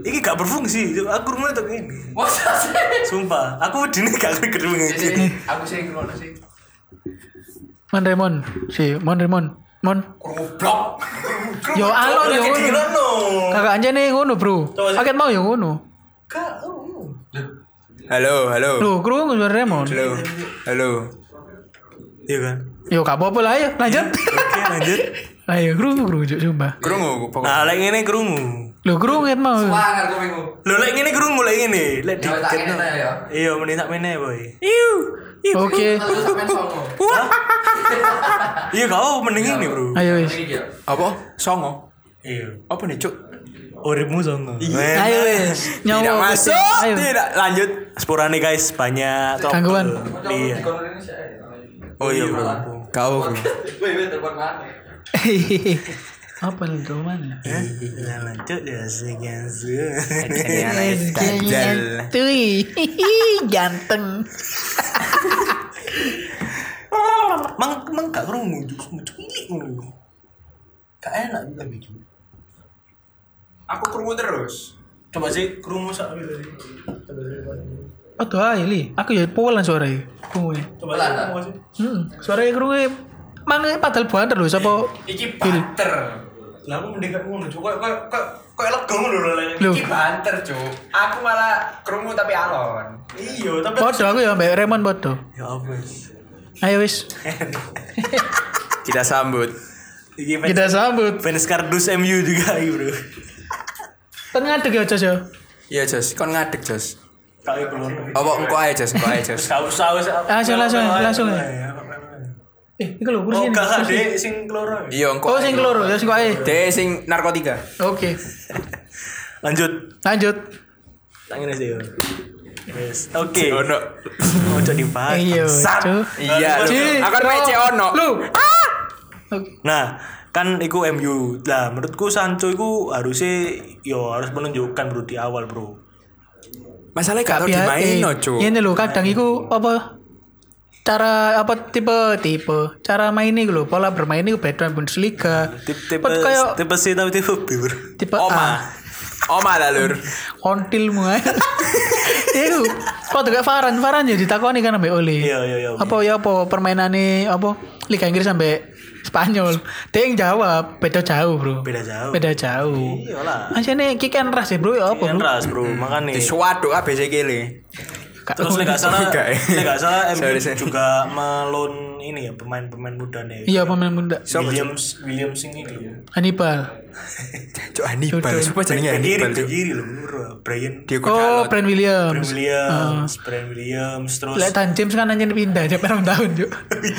Iki gak berfungsi, Cuk. aku rumah tok ini.
Masa sih?
Sumpah, aku dini gak kerungu ngene.
aku sih ngono sih.
Mon Raymond, si Mon Raymond, Mon.
Goblok.
Yo alon yo ngono.
Dirono.
Kakak anjane ngono, Bro.
Coba sih.
Paket mau yo ngono.
Halo, halo.
Loh, krungu suara Raymond.
Halo. Halo.
Iya kan?
Yo gak apa-apa lah ayo lanjut.
Oke, lanjut.
Ayo krungu krungu Cuk, sumpah.
Krungu pokoknya.
Nah, lek ngene kerungu.
Loh, krungu ket mau.
Lho lek ngene kerungu lek ngene, lek di. Iya, mending tak mene, boy. Iu.
Oke.
Iya, gak apa mending ini, Bro.
Ayo wis.
Apa? Songo.
Iya.
Apa nih, Cuk?
Uripmu sono.
Ayo wis.
Tidak
Nyawa
masuk.
kucing. Ayo.
Tidak lanjut.
Sporane guys banyak top.
Gangguan.
Iya.
Oh iya, Bro. Kau. Bro.
Apa nih tuh mana?
Iya, lanjut ya sih, guys. Ya,
Dajjal.
Tui. Ganteng.
Mang mang gak kerungu, cuma cilik ngono. Gak enak tapi iki.
Aku krungu terus.
Coba sih kerungu sak iki.
Oh tuh ayo li. Aku ya polan suara iki. Krungu.
Coba sih.
Heeh. Suara krungu ya. Mang padahal buanter lho sapa
Iki
Gil.
banter.
Lah aku mendekat ngono, Cuk. Kok kok kok kok lega ngono lho lek.
Loh.
Iki banter, Cuk. Aku malah krungu tapi alon.
Iya, tapi
Podo aku ya Mbak Raymond podo.
ya apa
Ayo wis.
Kita sambut.
Iki fans,
Kita sambut.
fans kardus MU juga iki, Bro.
Tengah dek ya Jos ya.
Iya Jos, kon ngadeg Jos.
Kali belum.
Apa engko ae Jos, engko ae Jos.
Saus saus.
Langsung, langsung, langsung. Eh, iku
Oh,
lho kursi ini.
gak
kursi.
dek sing keloro.
Iya engko.
Oh, sing keloro ya sing ae.
De sing narkotika.
Oke.
Lanjut.
Lanjut.
Tangan aja yuk. Yes. Oke.
Ono.
Mau jadi bahas.
Iya,
Ah, bangsat.
Cuk.
Iya.
Ci,
Akan
Cuk.
mece ono.
Lu. Oke.
Nah, kan iku MU. Lah, menurutku Sancho iku harusnya yo harus menunjukkan bro di awal, Bro.
Masalahnya gak tau
Ya, eh,
dimainno, Cuk.
Ngene lho kadang iku apa cara apa tipe tipe cara main ini lho pola bermain ini beda dengan Bundesliga
Tipe tipe
Pot kayak
tipe C tapi tipe B, Bro.
tipe
Oma.
A
Oma lah lur.
kontilmu ae eh. iku padha kayak Varan Varan ya ditakoni kan ambek Oli
Iya, iya, iya.
apa ya apa permainane apa Liga Inggris sampai Spanyol dia yang jawab beda jauh bro
Beda jauh. Iya.
beda jauh
Iyalah.
Asyane kick and rush ya bro ya apa bro
Ras, Bro. Makanya
Disuaduk ABC kele.
Gak
Terus
tahu.
lek gak salah,
Enggak, ya.
lek gak salah MU
Sorry, sorry.
juga melon ini ya pemain-pemain muda nih.
iya pemain muda
Williams, Williams ini dulu.
Hannibal
Cuk Hannibal, sumpah jenenge
Back kiri,
Hannibal.
back
Cuk.
kiri loh, menurut Brian.
Diego
Oh,
Dalot.
Brand
Brian
Williams.
Williams, Brian Williams, terus
Ah. Lek Tan James kan anjir pindah aja perang tahun yuk.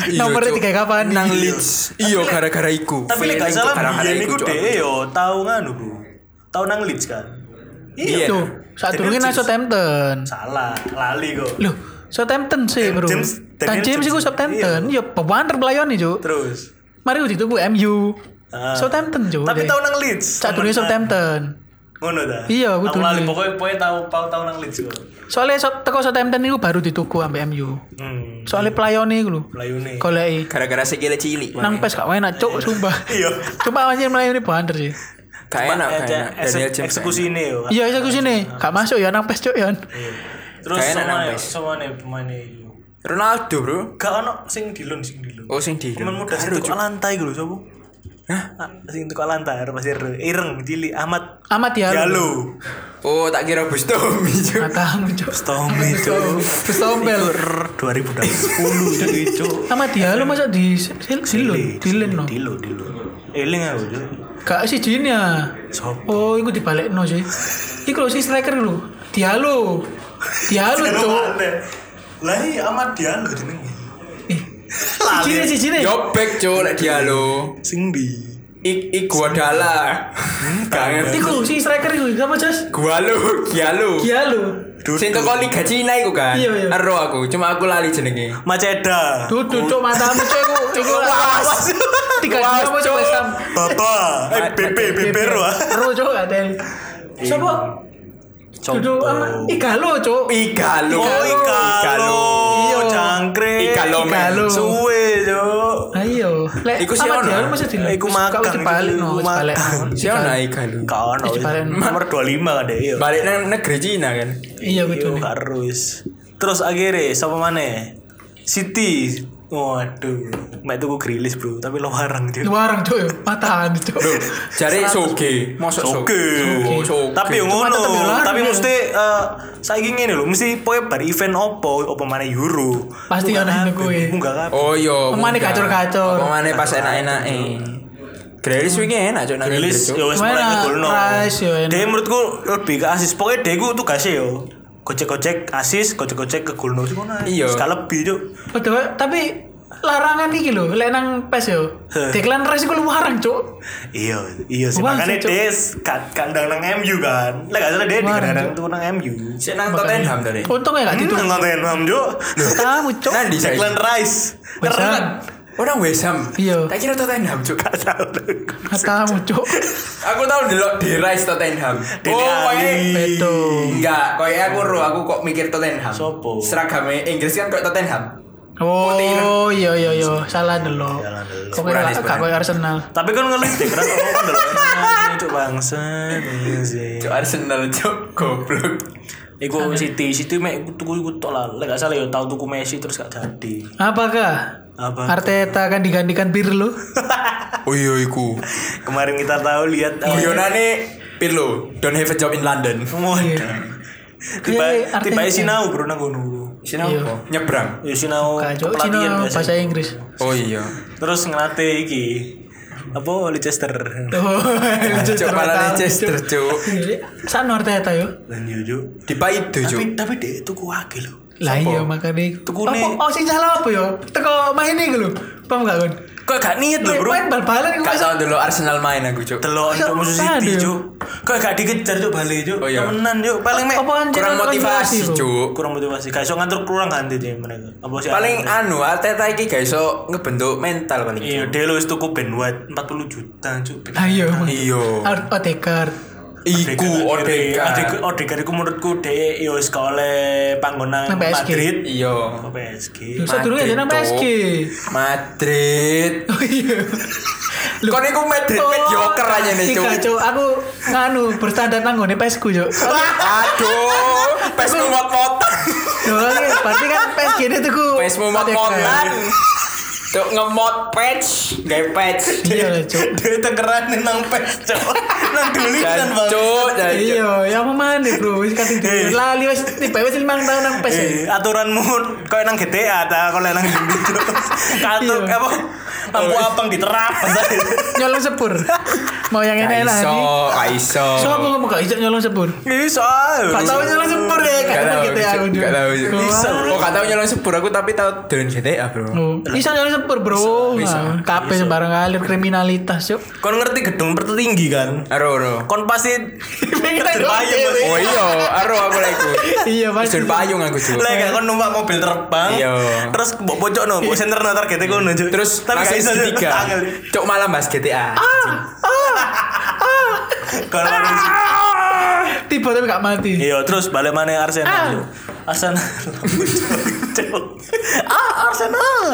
Iya,
Nomornya
Cuk.
tiga kapan?
Nang Leeds. Iya gara-gara iku.
tapi lek gak
Feeling
salah
tuh gara-gara
Brian
iku,
iku
Cuk.
dhewe yo tau nganu, Bro. Tau nang Leeds kan.
Iya.
Tuh, saat dulu kan Southampton.
Salah, lali kok.
Loh, Southampton sih bro.
James,
Tan
Daniel James.
James
iya.
itu Southampton. Ya pewander belayoni cuk.
Terus.
Mari uji tubuh MU.
Ah.
Southampton cuk.
Tapi
deh.
tau nang Leeds.
saat dulu
temenan.
Southampton.
Ngono ta?
Iya, aku dulu.
lali pokoknya pokoknya tau tau tau nang Leeds kok.
Soalnya so, teko Southampton itu baru dituku ambil MU.
Hmm.
Soalnya pelayoni gue lho.
Melayune.
Goleki.
Gara-gara sekele cilik.
Nang pes gak enak cuk sumpah.
Iya.
Cuma anjir melayoni ya. bewander sih.
Gak enak, gak enak. Daniel James.
eksekusi ini yo.
Iya, saya sini. Gak masuk ya nang pes cuk ya.
Terus
Kayaknya
semua
nambah.
semua nih pemainnya itu.
Ronaldo, Bro.
Gak ono sing dilun sing dilun.
Oh, sing di.
Pemain muda sing tukok lantai gitu sapa? Hah? Ah, Sing tukok lantai harus pasir ireng cilik Ahmad
Amat ya. lu.
Yalo.
Oh, tak kira Bus Tommy, Cuk.
Matamu cuk.
Tommy itu
Kesombel.
2010 itu itu.
Sama dia lu masa di sil silon,
Eh,
dilen no.
Dilo dilo. Eling Eh, aku Cuk.
Gak si jin ya.
Sopo?
Oh, iku dibalik no sih. Iku lho si striker lho. Dia lu. Dia lu cuk.
Lah iya Ahmad Diallo jenenge.
Ih, Si jin si jin.
Jobek, Cuk, lek dia lo.
Sing di
Ik ik gua dala. Gak ngerti.
Iku si striker iku sama Jos.
Gua lo, dia lo.
Dia lu.
Sing teko Liga Cina iku kan.
Iya, iya.
Ero aku, cuma aku lali jenenge.
Maceda.
Duduk cuk matamu cuk iku. Iku lah.
Luas.
Tiga
Luas,
dua mau
Cuk.
coba sam.
Bapak, eh Bebe, Bebe Roa.
Ro cuk gak ada. Sopo? Duduk sama Iga lu cuk.
Igalo.
Oh, Igalo.
Iya.
Jangkrik.
Igalo, men.
Igalo.
Suwe, Cuk.
Eh, Ayo, Ah, iya. lek
Iku
iku
si
sama
ono.
dia lu masih di
Iku makan,
Kau dibalik
iku
no,
makan.
dibalik no.
Siapa nak Igalo?
Gak ono.
Wis dibalen.
Nomor 25 kan deh. Iya.
Balik nang negeri Cina kan.
Iya,
Iya betul.
gak ero, wis. Terus akhirnya sama mana? City. Waduh, mek tuku grilis, Bro, tapi lo warang, Cuk.
Warang cuy, patahan cuy.
Bro, jari soge, mosok
Oke.
soge.
Tapi yo ngono,
tetep yo larang,
tapi
ya.
mesti eh saiki ngene lho, mesti poe bar event opo, opo mana Euro.
Pasti ono yang nungguin.
Munggah kabeh.
Oh yo.
Pemane gacor-gacor.
Pemane pas enak-enak e. Grelis wingi enak cok nang Inggris,
Rilis
Cuk.
ya wis mulai
Gimana?
ngegolno.
Rice ya enak.
Dia menurutku lebih ke asis. Pokoknya dia ku tugasnya yo. Gojek-gojek asis, gojek-gojek ke golno sih ngono. ae.
Iya.
Sekali lebih cuk.
Padahal tapi larangan iki lho, lek nang pes yo.
Heh.
Declan Rice iku luarang cuy.
Iya, iya sih.
Wah,
Makanya
sih, Cuk.
dia kan- kandang nang MU kan. Lah gak salah dia di
Wah,
kandang
Cuk.
tuh nang Hmm, MU.
Sik nang Tottenham tadi.
Untungnya gak
Itu
gitu.
ngoten mam cuk.
Tahu cuy.
Nang di
Declan Rice.
Wesan.
Keren.
Orang Oh, West Ham.
Iya.
Tak kira Tottenham cok.
Gak tau. Nah,
Katamu cuy.
Aku tau delok di Rice Tottenham.
Dele Ali.
koe-
Beto.
Enggak, koyo aku ro aku kok mikir Tottenham.
Sopo?
Seragame Inggris kan koyo Tottenham.
kan?
Oh, iya iya iya, salah dulu. Kok
Sepuranis,
gak gak koyo Arsenal.
Tapi kan ngelis deh, kan kamu kan dalam cuk bangsa. Iya sih.
Cok Arsenal cok goblok.
Iku City, City mek tuku iku tok lah. Lek gak salah ya tau tuku Messi terus gak jadi.
Apakah
Apa?
Arteta akan digantikan Pirlo.
Oh iya iku.
Kemarin kita tahu lihat
Iya,
oh,
Guyonane Pirlo, don't have a job in London.
Waduh. Tiba
Iya, iya,
tiba
Arteta.
sinau bro nang ngono.
Sinau
Iya.
apa? Nyebrang.
Ya sinau
Kacau
kepelatihan
Cina
biasa.
bahasa Inggris.
Oh iya.
Terus ngelatih iki. Apa Leicester.
Oh,
Nah,
Cuk para Leicester, cuk.
Sano Arteta yo.
Lan yo Cuk.
Di Paido, cuk.
Tapi tapi dia itu kuake lho.
Lah iya makane.
Tukune-
Apa- Oh sing salah apa yo? Teko maine iku lho. Paham gak kon?
Kok gak niat lho, Bro?
Main bal-balan iku
Gak
masuk.
tau dulu Arsenal main aku, cuk.
Delok
Masa
untuk musuh
apaan,
City,
Cuk?
Cuk. Kok gak dikejar Cuk balik, Cuk.
Oh, iya.
Temenan, Cuk. Paling mek
Apa kan
Kurang
jenengan
motivasi,
konsentrasi, Bro?
cuk.
kurang motivasi. Gak iso ngantur kurang ganti Cuk mereka. Apa sih?
Paling anu, Arteta iki gak iso ngebentuk mental paling. gitu.
Iya,
Cuk.
dia lu wis tuku Ben White 40 juta, Cuk.
Lah iya.
Iya.
Ar- Odegaard.
Iku
Odegaard.
Odegaard.
Odegaard iku menurutku dhek yo wis gak oleh panggonan
Nang PSG.
Madrid.
Iya.
Ke PSG.
Sadurunge
Madrid,
jeneng
Cuk.
PSG.
Madrid.
Oh iya. Lho.
Kon iku Madrid mediocre aja nih,
Cuk.
cuk.
aku nganu berstandar nang ngone pesku, Cuk.
Aduh, pes mot-motan.
Soalnya berarti kan PSG ini tuku. Iya,
Pes mot-motan. Cuk ngemot patch, gawe patch.
Iya lah, Cuk.
Dia tekeran nang pes, Cuk.
Dan
Nang dulinan, Bang.
cuk, dan cuk.
Iya, yang mana, Bro? Wis kadung
Eh.
di- lali wis tiba wis limang tahun nang pes. ya.
Eh, aturanmu kau nang GTA ta kau nang dindi katur
Iya.
apa lampu abang diterap
Iya,
Nyolong sepur. Mau yang
Gak
enak lah.
iso,
Iya, Adi.
gak iso.
Sopo kamu gak iso nyolong sepur?
iso
Gak tau nyolong sepur ya,
Gak
gak
tahu,
gitu
Cuk.
ya aku. Cuk.
Gak tahu. Cuk.
Iso, bro.
Oh, gak tahu nyolong sepur aku tapi tahu dolan GTA, Bro.
Oh, Iso nyolong sepur, Bro.
iso,
Nah, Kabeh sembarang alir kriminalitas, Cuk.
kau ngerti gedung tertinggi kan
Aro, aro.
kau pasti terbayang Mas.
Oh iya, aro aku lagi.
Iya, Mas.
Sun payung aku, Cuk.
lah gak kau numpak mobil terbang
Iya.
terus mbok pojok no mbok senter no targetnya kau nunjuk
Terus
tapi gak iso
tiga.
Angel.
Cuk malam bahas GTA.
Kau
Ah.
lari.
Tiba tapi gak mati.
iya terus balik mana
Ah.
Arsenal Arsenal Cuk. ah Arsenal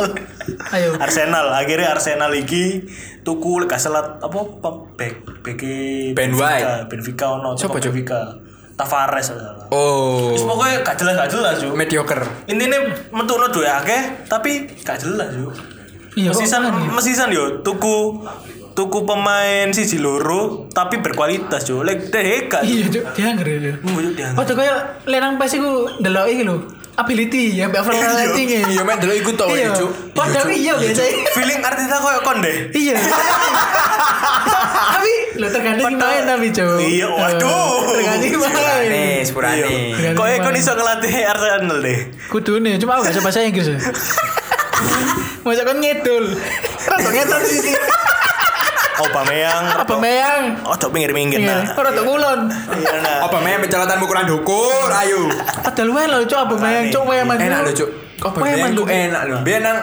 Ayo.
Arsenal akhirnya Arsenal lagi tuku gak salah apa pem- back back e
Ben White.
Benfica ono
Siapa, Cuk?
Benfica Tavares gak salah
Oh,
Terus pokoknya gak jelas gak jelas yo
mediocre.
intinya metu no duwe akeh tapi gak jelas yo
Iya, kok
mesisan
kan ya?
mesisan yo tuku tuku pemain siji loro tapi berkualitas yo lek deh eh, gak
Iya, Cuk. Dianggur, Cuk.
Mbujuk dia.
Oh, tuh kaya lenang pes iku delok iki lho. Ability ya, mbak Flora rating ya.
Iya, men delok iku tau
Iya.
ya, Cuk.
Padahal iya biasa.
feeling Arteta koyo kon deh
Iya. Tapi lo tergantung
Padahal-
main tapi, Cuk.
Iya,
Eh,
waduh.
Nih,
Tergantung main.
sepurane.
Iya. Dengan
koyo kon
lima.
iso ngelatih Arsenal deh
Kudune, cuma aku gak bisa bahasa Inggris. ya. Masa kan ngedul. Rasa ngedul sih.
Aubameyang
Apa meyang?
ojo pinggir-pinggir nah
gitu.
Iya, Rada kulon.
iya nah
Apa men pencalatanmu kurang dukur, ayo.
Padahal wae lho, Cuk, apa meyang, Cuk, wae man.
Enak lho, Cuk.
Kok
Kok bayangku
lu
enak lho. Biar nang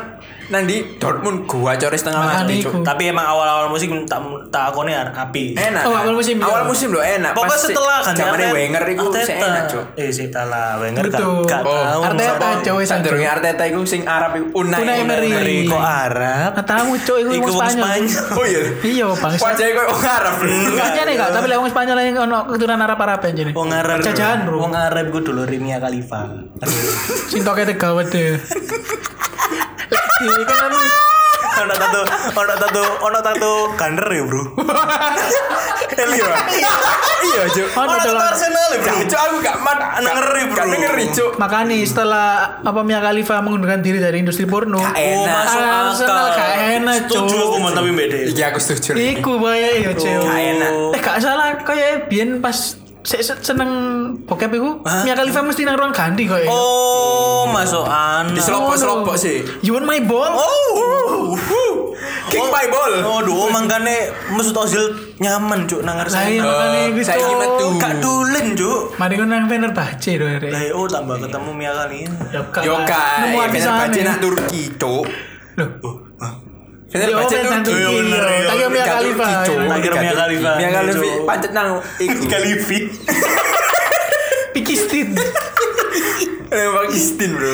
nang di Dortmund gua core setengah
Makanya
mati,
iku.
Cuk.
Tapi emang awal-awal musim tak tak akone ar- api.
Enak.
Oh,
kan?
awal musim, iya.
Awal musim lho enak.
Pokoknya
Pas
setelah kan
Jamane
Arteta-
Wenger iku sik
Arteta.
enak, Cuk.
Eh sik lah Wenger gak
Betul.
gak
Oh,
tahu.
Arteta,
Misalnya,
Cuk. Wes,
Sadurunge Arteta iku sing Arab iku Unai
Unai Emery.
Emery kok Arab?
Nggak Nah, tahu, Cuk, iku
Iku
wong
wong
Spanyol.
Spanyol.
Oh iya.
Iya, Bang.
Wajahnya koyo orang Arab.
Kayaknya nih, Kak, tapi lewat Spanyol yang ono keturunan Arab-Arab aja nih.
Wong Arab.
Jajahan, Bro.
Wong Arab gue dulu Rimia Khalifa.
Sing toke tegawe deh. Iki kan anu.
Ono tato, ono tato, ono tato gander ya, Bro. Elio.
Iya, Cuk.
Ono
Ono
tato
celana.
Arsenal ya, Bro.
Gak, Cuk, aku gak man
Anak ngeri,
Gak
Bro.
ngeri, Cuk.
Makanya setelah apa Mia Khalifa mengundurkan diri dari industri porno,
Oh,
Enak.
masuk
Arsenal
akal.
gak enak, Cuk.
Setuju aku mantap BD.
Iki Iya, aku setuju. lho.
iku bae ya cewek.
Gak enak.
Eh gak salah, kaya biyen pas se- se- seneng bokep iku, Mia Khalifa mesti nang ruang ganti ya. kaya.
Oh, masuk anak.
Diselopok-selopok sih.
Oh, You want my ball?
Oh,
Kick my ball.
Oh, duo mangkane Mesut Ozil nyaman cuk nang
Lah iya
Arsenal.
makane iku
Oh, saiki
Cuk.
metu.
Gak dolen cuk.
Mari kon nang Fenerbahce lho Rek.
Lah oh tambah
Iya.
ketemu Mia kali ini.
Yokai.
Yoka,
Nemu artis
Fenerbahce
aneh.
nak Turki, Cuk.
Loh,
Fenerbahce
Yo, Fenerbahce
Turki.
Turki,
Iya, bener,
yo.
iya.
Tak kira Mia
Liga
Khalifa,
Turki, Cuk.
iya.
Tak kira
Liga
Mia
Turki.
Khalifa,
Mia
iya,
Khalifa
Cuk.
pancet nang iku.
Kali fit.
Pikistin.
Emang Pakistan bro.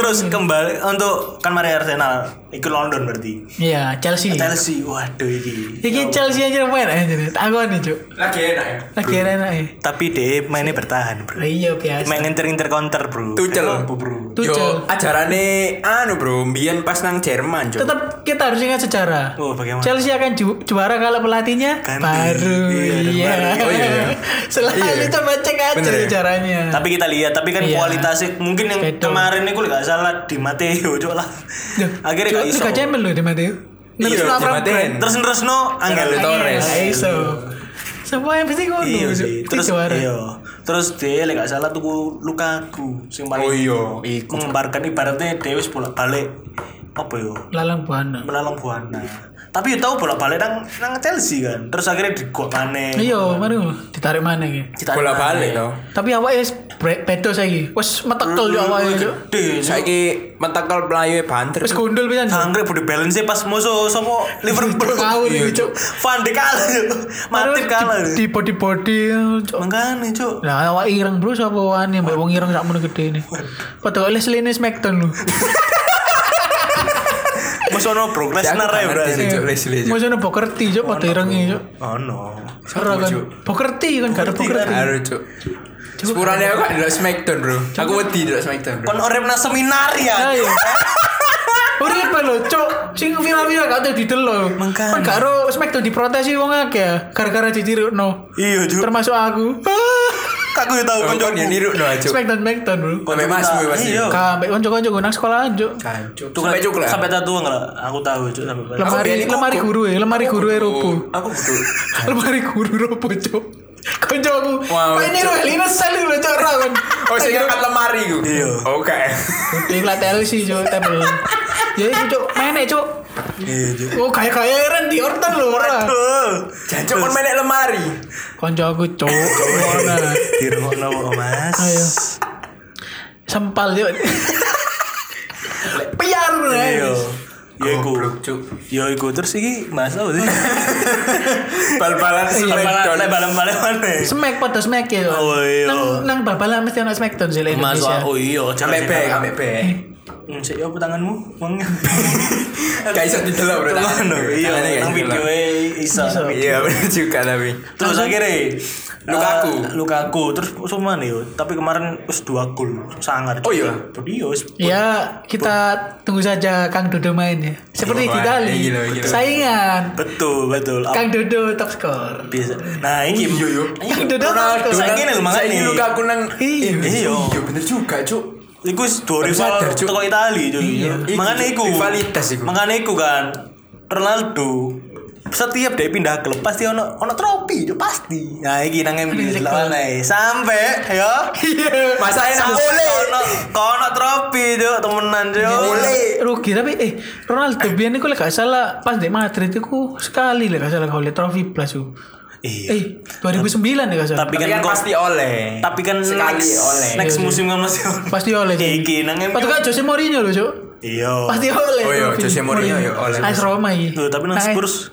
Terus kembali untuk kan mari Arsenal, ikut London berarti.
Iya, Chelsea.
Chelsea, waduh ini.
Iki Chelsea aja main aja nih. Aku nih, Cuk.
Lagi enak ya.
Lagi enak ya.
Tapi deh mainnya bertahan bro.
Lah Iya, biasa.
Main nginter-nginter counter bro.
Tuchel.
Apa, bro.
Tuchel.
Yo, ajarane anu bro, mbiyen pas nang Jerman, Cuk.
Tetap kita harus ingat sejarah.
Oh bagaimana?
Chelsea akan ju- juara kalau pelatihnya
Ganti.
baru.
Iya, dan
Iya.
baru.
Oh, iya, iya.
Selalu
Iya, iya.
coba cek aja
Bener ya?
sejarahnya.
Tapi kita lihat, tapi kan
Iya.
kualitasnya mungkin yang
Beda.
kemarin itu nggak salah di Mateo cok lah.
Duh,
Akhirnya
Cuk,
nggak iso.
Liga Champions loh di Mateo. Terus
Iya,
Abraham
Jematen.
Grant.
Terus terus no Angel
Iya,
Angel Torres.
Nggak iso. Semua yang pasti ngono.
Iya
Cuk.
sih.
Itu
Terus
juara.
iya. Terus dia lek gak salah tuku Lukaku sing paling
Oh iya, iku.
mengembarkan ibaratnya dia wis bolak-balik apa yo?
Lalang buana.
Melalang buana. Tapi yo tahu bolak-balik nang nang Chelsea kan. Terus akhirnya di gol maneh.
Iya, mari ditarik mana iki.
Ditarik
Bola balik
maneh.
to.
Tapi awake wis bre- bedo saiki. Wis metekel yo awake. Cuk.
Gede, Cuk.
Saiki mentekel melayu e banter.
Iya, Wis gundul pisan. Cuk.
Sangre body balance pas musuh sama Liverpool
Tahu
Iya.
nih, Cuk.
Van de kalah. Cuk. Matip
Terus
kalah.
di- Di body-body. Cuk.
Mangkane, Cuk.
Lah awak ireng bro sapa wane mbak wong ireng sakmono gede ini. Padahal oleh seline Smackdown lu.
Musuh no Brock Lesnar
gak ngerti
ya, berarti.
sih, Cuk, Leslie, Cuk.
Mosone Bokerti cuk padha ireng cuk.
Oh no.
Ora kan.
Cuk.
Bokerti kan gak ada Bokerti.
Aduh, Cuk. Sepurane aku ndelok Smackdown, Bro. Aku wedi ndelok Smackdown, Bro.
Kon urip nang seminar ya.
Ayo. Urip apa lo cuk. Sing viral-viral gak tau didelok.
Mengkane.
Kan gak ro Smackdown diprotesi wong akeh ya. Gara-gara ditirukno.
Iya, Cuk.
Termasuk aku. Ah,
Aku yo tau
Kon
kancaku.
yang niru no, Cuk.
Smackdown Smackdown bro.
Sampai masmu pasti.
Iya.
Kabeh kanca-kanca gue nang sekolah cuk.
Cancuk.
Tuh,
Kan, Sampai cuk lah.
Sampai tatua enggak? Aku tahu, Cuk, sampai balik.
Lemari
biyen iku-
lemari guru ya, lemari guru ya roboh.
Aku betul.
Lemari guru robo cok. Konco aku.
Wow,
Wah, ini
Cuk.
roh lina sel lu cok roh kan.
Oh, sing angkat lemari ku.
Iya.
Oke.
Ini latel sih cok table. Ya itu cok, mana cok?
Iya, Cuk.
Oh kayak kayak Aaron di Orton lho ora.
Aduh.
Jancuk kon menek lemari.
Konco aku cok. Ora.
Dirungokno kok, Mas.
Ayo. Sempal cok. Piar
Iya.
nih.
Ya iku.
Goblok, Cuk.
Ya iku terus iki Mas apa sih? Iya,
Bal-balan
Iya,
Smackdown.
Bal-balan mana?
eh. Smack pada smack ya. Cok.
Oh, iya.
Nang nang bal-balan mesti ana smackdown sih lek
Mas
Indonesia.
oh iya, Cuk.
Ambek bek, ambek bek.
Hmm, Sik yo tanganmu. Wong.
Gak iso didelok, Bro.
Tanganmu.
Tangannya
Iya,
gak
nang
iso didelok.
video iso.
Iso.
Iya, bener juga tapi.
Terus akhirnya
Lukaku.
eh, Lukaku terus semua nih yo. Tapi kemarin terus dua gol sangar.
Oh, iya?
Jadi yo wis
Ya, kita tunggu saja Kang Dodo main ya. Seperti
Iya,
di Itali.
iya, iya, iya.
Saingan.
betul betul. Apa
Kang Dodo top skor.
biasa. Nah,
Iya,
ini
iya.
Iya.
Kang Dodo top
Ronaldo
skor.
Saiki
nang-
nih, makanya.
saiki Lukaku nang
Iya.
Iya.
Iya, bener juga, Cuk.
Iku wis
Tapi
dua rival
sadar, Cuk.
teko Itali cuy.
Iya. Iku,
Makanya iku.
rivalitas iku.
Makanya iku kan Ronaldo setiap dia pindah klub pasti ono ono trofi itu pasti. Nah, iki nang MU lawan ae. Sampai ya.
Iya.
Masa enak
Sampai ono kono trofi Cuk, temenan
Iya.
Cuk. Iya.
Rugi tapi eh Ronaldo biyen iku lek gak salah pas di Madrid iku sekali lek gak salah golek trofi plus iku.
Iya.
Eh 2009 ya gak salah.
Tapi kan, kok-
oleh.
tapi kan
Sekali
next,
oleh.
next
Iya, iya.
musim kan masih oleh.
Pasti oleh. Cuk.
Iki nang MU.
Padahal kan Jose Mourinho lho, Cuk.
Iya.
Pasti oleh.
Oh iya,
trofi.
Jose Mourinho ya oleh.
AS Roma iki.
Tuh, tapi nang
Nah,
Spurs.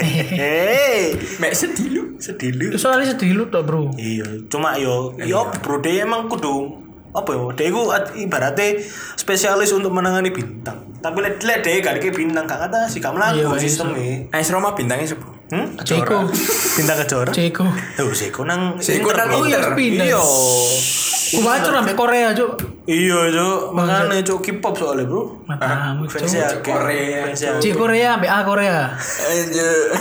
Hei,
Mek sedih lu.
sedih lu.
Soalnya sedih lu tok, Bro.
Iya, cuma yo yo bro dia emang kudu apa ya? Dia iku at- ibaratnya spesialis untuk menangani bintang. Tapi lek lek dia gak kayak bintang gak kata sih gak melaku
Iya,
sistemnya.
AS Roma bintangnya siapa?
Hmm?
Ceko.
Bintang kejora.
Ceko.
Tuh, Seko nang
Seko nang
Bro.
Oh iya,
Inter.
pindah.
Iya.
Kuwacur sampai Korea, Cuk.
Iya, Cuk. Makane Cuk K-pop soalnya, Bro.
Matamu,
Fans ya,
Cuk.
Korea,
Cek Korea sampai A Korea.
Anjir.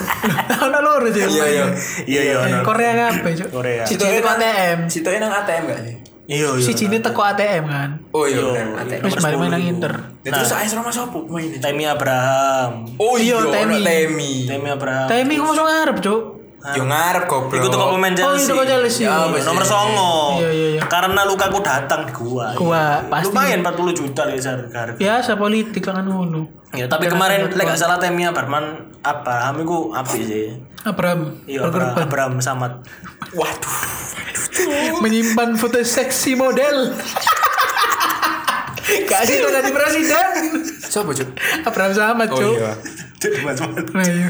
Ono loro, Cuk.
Iya, iya.
Iya, iya. ono.
Eh, Korea kabeh, Cuk.
Korea.
Siji itu ATM.
Situ nang ATM gak sih?
Iya, iya.
Siji ini e teko ATM kan.
Oh iya,
Iya.
bener, ATM.
Terus
Nomor
balik main
10.
nang Inter.
Ya, Terus AS Roma siapa pemainnya?
Nah, Temi Abraham.
Oh iya,
Iya,
ono
Temi.
Temi.
Temi Abraham.
Tapi iku masuk ngarep, Cuk.
Yo ngarep goblok.
Iku tuh pemain Chelsea.
Oh, itu kok Chelsea.
Ya,
Iya, Nomor songo.
Iya, iya, iya.
Karena Lukaku datang di gua. Iya.
Gua, pasti. Iya.
Lumayan 40 juta ya harga. Ya.
Biasa politik kan ngono.
tapi
Iya,
kemarin lek gak salah Temi Abraham Abraham iku apik sih.
Abraham,
Iya, Abraham,
berkorban.
Abraham Samad. Waduh.
menyimpan foto seksi model. Kasih tuh ganti presiden.
Siapa, Cuk?
Abraham sama,
Oh
Cuk.
iya.
Jadi Mas Mat.
Nah, iya.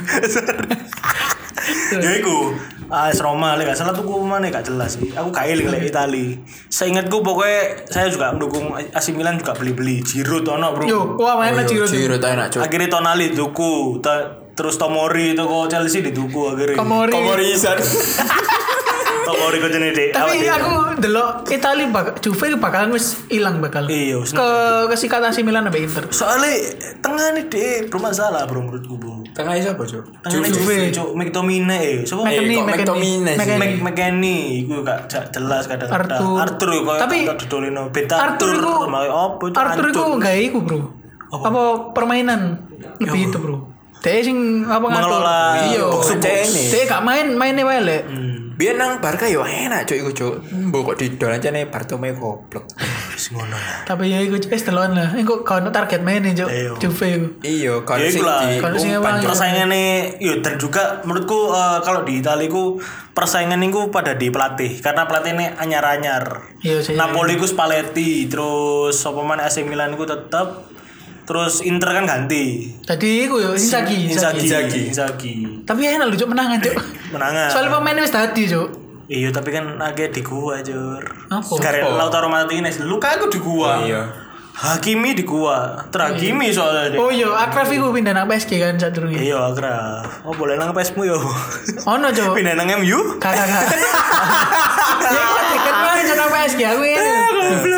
Ya iku. AS Roma lek gak salah tuh mana gak jelas sih. Aku gak eling lek Itali. Seingatku pokoknya saya juga mendukung AC Milan juga beli-beli Giroud ono bro.
Yo,
Oh,
wah main
iya,
lah Giroud.
Giroud enak cuk.
Akhirnya Tonali tuku, Ta- terus Tomori itu kok Chelsea dituku akhirnya.
Tomori.
Komorisan.
Tomori kok jenis dek.
Tapi
awak dek.
aku delok Itali bak Juve bakalan wis ilang bakal.
Iya, wis.
Ke kesikat AC Milan sampai Inter.
soalnya tengah nih dek bermasalah bro menurutku bro.
Tengah siapa cuk?
Tengah nih
Juve.
Juve, Cuk. McTominay eh. Siapa?
Eh,
McKennie,
kok McTominay sih?
McKennie.
Mac McKenny, iku gak gak jelas kadang
Arthur.
Arthur iku koyo
Tapi
gak didolino. Beta
Arthur iku
malah apa itu
Arthur iku
hancur.
gak iku, Bro. Apa, permainan lebih itu, Bro. Dia sing apa ngatur.
mengelola
Iya,
box to box.
ini. Hmm.
Dia gak main, mainnya wae lek.
Biar nang Barca yo enak cuk iku cuk. Mbok kok didol aja nih Bartomeu goblok.
Wis ngono lah.
Tapi ya iku wis delokan lah. Engko gak ono target mainnya, Cuk.
Iya.
Juve iku.
Iya,
Ya
kalau
iku lah.
Kalau sing
oh,
umpan,
emang-
Cuk.
Persaingannya yo ya, dan juga menurutku eh, kalau di Italia ku persaingan iku pada di pelatih karena pelatih ini anyar-anyar.
Iya, sih.
Napoli ku Spalletti, terus apa mana AC Milan ku tetep terus Inter kan ganti.
Tadi iku yo Inzaghi,
Inzaghi,
Inzaghi.
Inzaghi.
Tapi enak lho Cuk menangan, Cuk.
Nah.
Menangan.
Soalnya pemainnya wis tadi, Cuk.
Iya tapi kan agak di gua jur.
Apa?
Gareth
Apa?
Lautaro Martinez, luka aku di gua.
Iya.
Hakimi di gua, terhakimi soalnya.
Oh iya, Akraf iku pindah nang PSG kan saat durunge.
Iya akrab. Oh boleh nang pesmu yo.
Ono, Cuk.
Pindah nang MU?
Kakak kakak. Ya aku deker banget nang PSG aku ini.
Ya,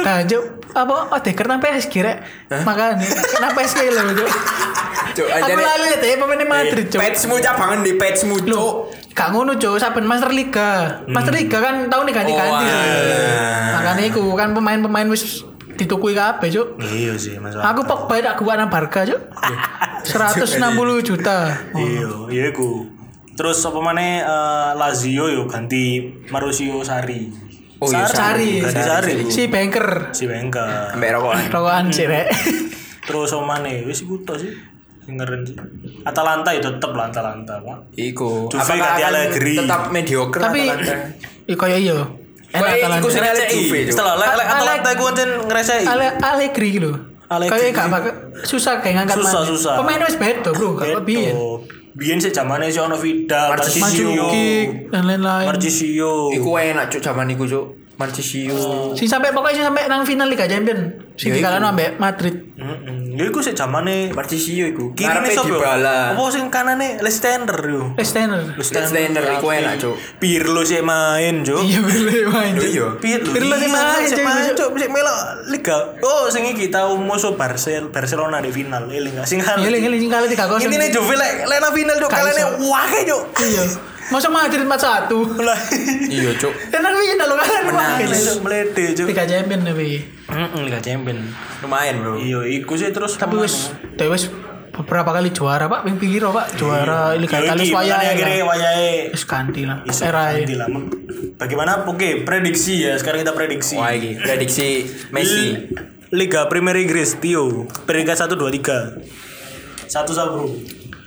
Nah, Cuk, apa oh deker nang PSG rek. Makane nang PSG lho, Cuk.
Cuk, aja
Aku
nih.
lali deh pemainnya
Eh,
Madrid, Cuk.
Petsmu cabangan di petsmu
Lho,
cuk.
gak ngono, Cuk. Saben Master Liga. Master Liga kan tahun ini ganti-ganti.
Hmm. Oh,
Cuk.
alah.
Makane iku kan pemain-pemain wis ditukui kabeh, Cuk.
Iya sih masalah.
Aku Pogba tak gua nang Barca, Cuk. 160 juta.
Iya, iya iku. Terus apa mana eh, Lazio yo ganti Marusio Sari.
Oh, iya,
Sari.
ganti Sari. Bu.
Si banker.
Si Wenger.
Mbak rokokan.
rokokan sih rek
Terus apa mana wis iku tok sih. Sing Ngeren sih. Atalanta ya tetep lah Atalanta, Pak.
Iku.
Juve ganti Allegri.
tetap mediocre
tapi
Atalanta?
iya kaya iya enak
Kaya iku
Atalanta
sing- Ngerecei.
Setelah lek lek
Ale-
Atalanta iku ancen ngreseki.
Ale Allegri gitu
Allegri.
kaya gak bakal susah kayak ngangkat
Susah,
Mane.
susah.
pemain wis bedo bro gak kebien
Beto. Biyen sih zamane sih ono Vidal,
Marchisio.
Marchisio,
Mandzukic dan lain-lain
Marchisio.
Iku enak cuk zaman iku cuk. Marchisio.
si sampai pokoknya si sampai nang final Liga Champion si
Ya,
di
iku.
ambek Madrid
Heeh. Ya iku sih zamane
Marchisio iku.
kiri
Ngarepe
nih sop yo.
Dybala.
Apa sing kanane Leicester yo.
eh Steiner
Leicester iku enak cuk.
kan Pirlo sih main, Cuk.
iya boleh main
Lho iya.
Pirlo,
Pirlo sih
iya,
main,
sih
Cuk.
main, Cuk. Sik melok liga. Oh, sing iki tau musuh Barcel Barcelona di final. Eling gak sing
iya lagi lagi kalah tiga kosong
Intine Juve lek lek nang final Cuk,
Gak
kalene
iso.
wae Cuk.
iya masa Madrid empat satu
Lah.
Iya cuk.
tenang aja lo kalah
Kalene
menang
Cuk meledek, Cuk.
Liga Champion tapi
Heeh, gak champion.
Lumayan bro.
Iya, iku sih terus
tapi wis dewe wis beberapa kali juara pak ping pinggir pak
Iya.
juara liga Italia
Italia
waya
akhirnya wayahe
wis ganti lah
Isu
era e.
ganti lah. Bagaimana? Oke, prediksi ya. Sekarang kita prediksi.
Wah iki prediksi Messi.
L- Liga Premier Inggris, Tio. Peringkat 1 2 3. Satu sama bro.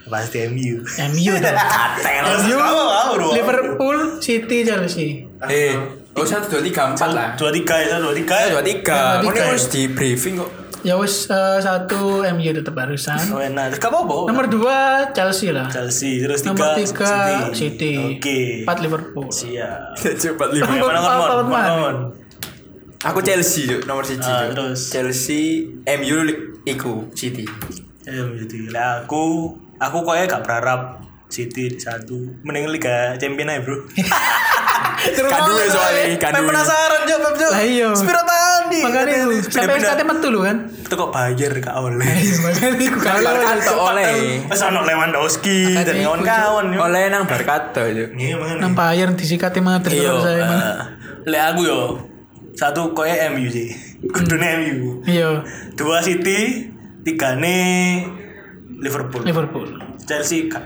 Pasti MU.
MU dah
Atel.
MU
Apa, apa, bro?
Liverpool City Chelsea
Iya.
Eh, oh satu dua tiga empat lah.
2 3 ya,
Eh,
2 3 ya.
dua tiga. Kau
Dua, tiga, ya.
harus di briefing kok.
ya wis eh, satu MU tetap barusan
Oh, enak. Gak apa-apa.
nomor dua Chelsea lah
Chelsea terus 3
nomor tiga City
Oke.
empat Liverpool
Siap.
Cepat
lima.
Mana
Apa,
ngomong? Mana
apa, apa,
ngomong?
Aku Chelsea Cuk, nomor siji. Cuk.
Ah, terus.
Chelsea, MU iku City.
Ya, gitu. Lah aku aku kok gak berharap City satu mending Liga Champion aja, Bro.
terus
Kan dulu soalnya, kan
Pep
dulu.
penasaran Jo, Pep Jo.
Lah iya.
Spiro tadi.
makanya itu sampai
Pindah-pindah.
SKT metu lo kan
Itu kok bayar gak oleh.
makanya itu kalah
Barca tuh oleh.
Pas ono Lewandowski
Makanya
dan
iku,
kawan-kawan yo.
Oleh nang Barca tuh Cuk.
Iya, makanya.
nang bayar disikati Madrid
Iya,
kalau saya
eh.
Mas.
Lek aku yo satu koyo MU sih. Kudune MU.
iya
Dua City, tiga Liverpool.
Liverpool
Chelsea gak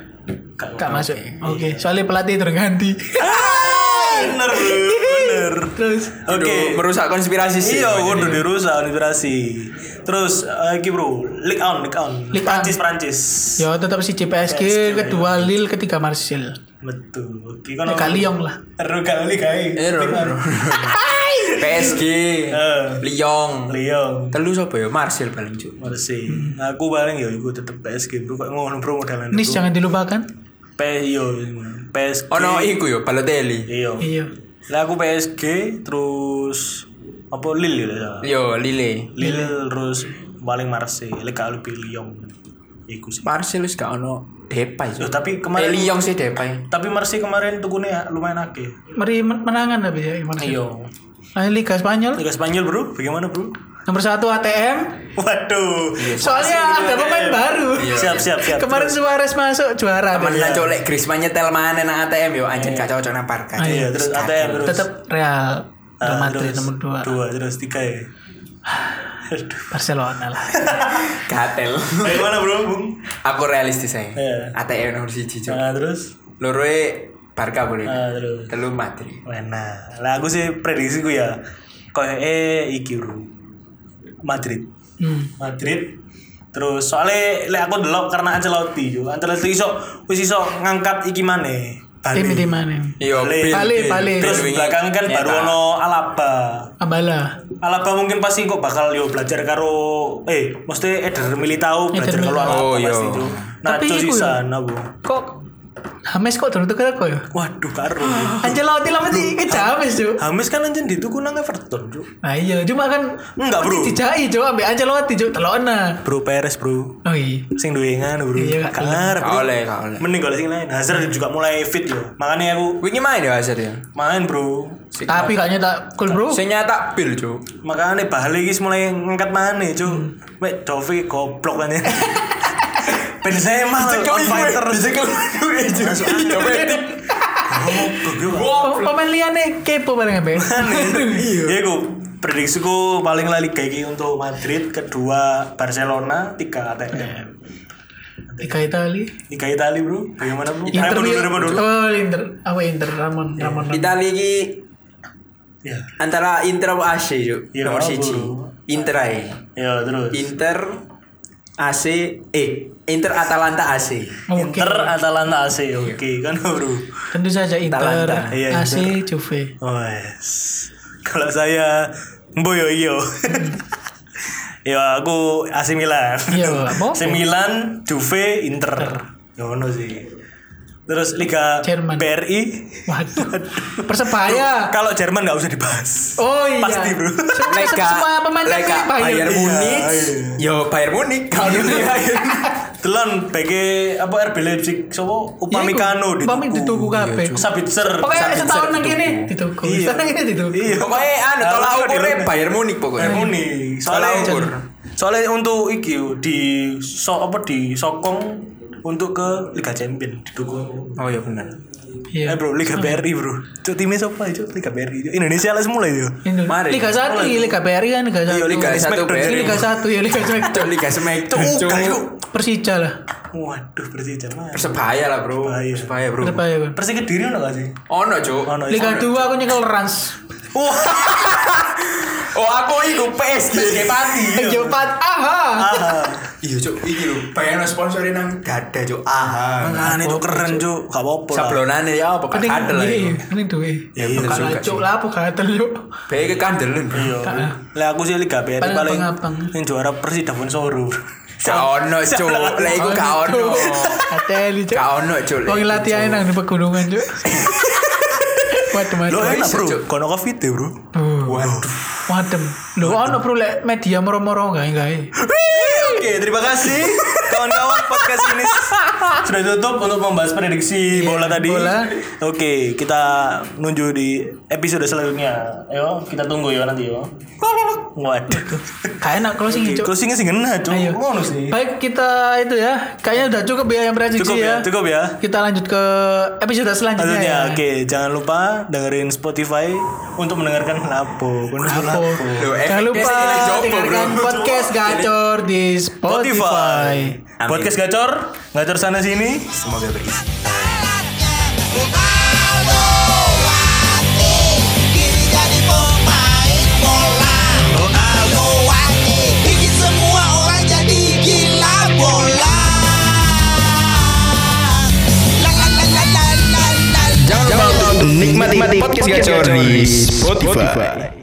gak
Gak masuk. Oke, soalnya pelatih terganti.
Ah, Bener, bro. bener.
Terus
Oke.
Aduh, merusak konspirasi sih.
Iya,
Cuk,
gue udah
ini.
dirusak inspirasi. Terus eh, iki bro, Ligue 1, Ligue 1.
Ligue 1.
Prancis, Prancis.
ya tetap si CPSG
iya.
kedua Lille ketiga Marsil.
Betul. Oke, kan
Liga Lyon lah.
Terus kali Liga ini.
Error. PSG,
Eh.
Lyon.
Lyon,
Telu sapa ya? Marsil paling cuk.
Marseille. Aku paling ya iku tetep PSG bro, kok ngono bro modelan.
Nis
bro.
jangan dilupakan.
P yo. ngono. PSG.
Ono iku yo Balotelli.
Iya.
Iya.
Lah aku PSG terus apa Lille ya? salah.
Iya.
Yo Lille.
Lille terus paling Marseille, Liga lebih Lyon. Iku sih.
Marcel wis gak ono Depay. Cuk.
Loh, tapi
Eh
kemarin
Lyon sih Depay.
tapi Marseille kemarin tukunya lumayan akeh.
Meri men- menangan tapi ya gimana sih? Nah, Liga Spanyol
Liga Spanyol, Bro. Bagaimana, Bro?
nomor satu ATM.
Waduh.
Soalnya ada pemain baru.
Iya, Siap, siap, siap.
Iya, Kemarin Suarez masuk juara.
Iya.
Temen nang colek Griezmann nyetel mana nang ATM yo anjir gak cocok nang Barca.
Iya, terus ATM terus.
Tetap Real Real
Ah,
Madrid
terus
nomor dua.
Dua, terus tiga ya. Aduh.
Barcelona lah.
Gatel.
Bagaimana, Bro? Bung?
Aku realistis ae.
Iya.
ATM nomor 1 cuk.
Nah, terus
Loro e Barca boleh.
nah, terus
Telu Madrid.
Wena. Lah aku sih prediksiku ya koyo eh iki bro. Madrid.
Hmm.
Madrid. Terus soalnya lek aku delok karena Ancelotti yo. Ancelotti iso wis iso ngangkat iki maneh. Bale.
Tim tim mana?
Yo
Bale.
Bale, Bale.
Terus belakang
Iya,
kan baru ono Alaba.
Abala.
Alaba mungkin pasti kok bakal yo belajar karo eh mesti Eder Militao
Eder
belajar karo Alaba
Militao. Oh,
pasti
yo.
itu.
Tapi
Nacho
iku yo.
sisa nabo.
Kok Hames kok turun tuker kok ya?
Waduh karo.
Ah. Ancelotti lah mesti kerja Hames tuh.
Hamis kan anjen dituku nang Everton, Cuk.
Nah iya, cuma kan
Enggak, Bro.
dijai cok ambil Ancelotti cok telona.
Bro Perez, Bro.
Oh iya.
sing duwe ngono bro
Iya, Kak.
Kelar,
Gak
bro.
oleh, gak oleh.
mending golek sing lain Hazard juga mulai fit loh makanya aku
Wingi main ya Hazard ya.
main bro
Tapi kayaknya tak cool bro.
Sing nyata Bill cuk.
makanya Bali guys mulai ngangkat mana cu
Hmm.
Wek Dovi goblok kan ya Benzema Ah, on fighter Masuk akal. Goblok, yo.
Pemain liane kepo bareng apa? Iya.
Ya aku prediksiku paling La Liga iki untuk Madrid, kedua Barcelona, tiga ATM.
Iya. Tiga Itali.
Tiga Itali, Bro. Bagaimana, Bro?
Inter
Repot dulu,
Mil-
repot dulu. Iya.
Oh, Inter. Apa Inter? Ramon, Ramon. Ramon.
Italia iki
Ya.
antara Inter sama AC cuk.
Iya,
Nomor
apa,
1. Inter ae.
Ya, terus.
Inter AC eh Inter Atalanta AC.
Oke.
Inter Atalanta AC
Iya.
oke kan bro
Tentu saja Inter,
Atalanta.
Iya,
AC,
Inter.
Juve.
wes kalau saya mboyo iyo ya aku AC Milan
Hmm. Iya, apa?
AC Milan Juve Inter Ya, ngono sih terus Liga
Jerman.
BRI
Waduh. Persebaya.
kalau Jerman nggak usah dibahas
Oh iya.
pasti bro
Lega, semua pemain
Lega
Lega,
Bayern
Iya,
Bayern.
Munich. Yo Bayern Munich. Kalau
Telan BG apa RB Leipzig sopo Upamecano
di Iya, Upamecano dituku kabeh.
Sabitzer
Pokoknya
Sampai
setahun lagi
dituku.
nih dituku.
Iya.
Setahun lagi dituku.
Iya.
Pokoknya anu
Nah,
tolak
langsung
ukurnya
dirundang.
Bayern Munich pokoknya.
Harmoni.
Soalnya
Eh, Soalnya
ukur.
Soalnya untuk iki yo, di so apa di sokong untuk ke Liga Champion didukung.
Oh iya benar.
Iya.
Eh bro, Liga BRI bro. Cuk timnya siapa ya? Cuk? Liga BRI. Cuk. Indonesia lah semula ya. itu.
Indo-
Mari.
Liga 1, iya, Liga BRI kan Liga 1.
Iya, Liga Iya.
Liga satu
Smackdown.
BRI.
Liga 1 ya Liga 1.
Cuk Liga Smackdown.
Cuk,
Cuk.
uga, yuk.
Persija lah.
Waduh, Persija mah.
Persebaya lah bro.
Persebaya.
Persebaya bro.
Persebaya kan.
Persija Kediri ono gak sih?
Ono cuk.
Ono. ya.
Liga 2 aku nyekel Rans.
Wah,
Oh aku iku PSG. PSG Pati.
Iya.
Eh, Liga 4. Aha.
Iya cuk. Iki lho. Bayangno sponsorin nang dada cuk. Aha.
Nah, itu keren, Cuk. Gak apa-apa. lah.
Sablonane ya apa
Ah,
Mending
kandel lah
iya,
iku.
mending duwe.
Ya, iya,
Bukan
suka
lacuk
sih.
lah, bukan gatel yuk.
Bae ke kandelen bro.
Iya. Lah aku sih Liga BRI
Paling
paling
abang-abang.
yang juara Persida Bonsoro.
Gak ono cuk. Lah iku gak ono.
Ateli cuk.
Gak ono cuk.
Wong latihan nang di pegunungan cuk. Waduh,
Lo
waduh.
enak,
bisa, Cuk.
Bro. Kono Covid ya, Bro.
Uh,
Waduh.
Waduh. Lho ono bro lek media moro-moro enggak enggak. eh.
Oke, terima kasih kawan-kawan podcast ini sudah tutup untuk membahas prediksi
Iya,
bola tadi.
bola.
Oke, kita menuju di episode selanjutnya. Ayo, kita tunggu ya nanti ya. Waduh.
Gak enak closing
Oke,
cuk.
Closingnya sih ngena, cuk.
Ayo.
Ngono sih.
Baik kita itu ya. Kayaknya udah cukup ya yang
Cukup
prediksi
ya,
ya.
cukup ya.
Kita lanjut ke episode selanjutnya.
Maksudnya,
ya.
oke, jangan lupa dengerin Spotify untuk mendengarkan Lapo. Bener,
Apa?
Lapo.
Loh,
Jangan
efeknya
lupa
sih lagi jopo,
dengarkan
bro.
podcast gacor di Spotify.
Spotify.
Amin.
Podcast gacor, gacor sana sini.
Semoga berisi.
Ronaldo Kini jadi pemain bola Ronaldo Wati Bikin semua orang jadi gila bola La la la la la la la
Nikmati podcast gacor di Spotify.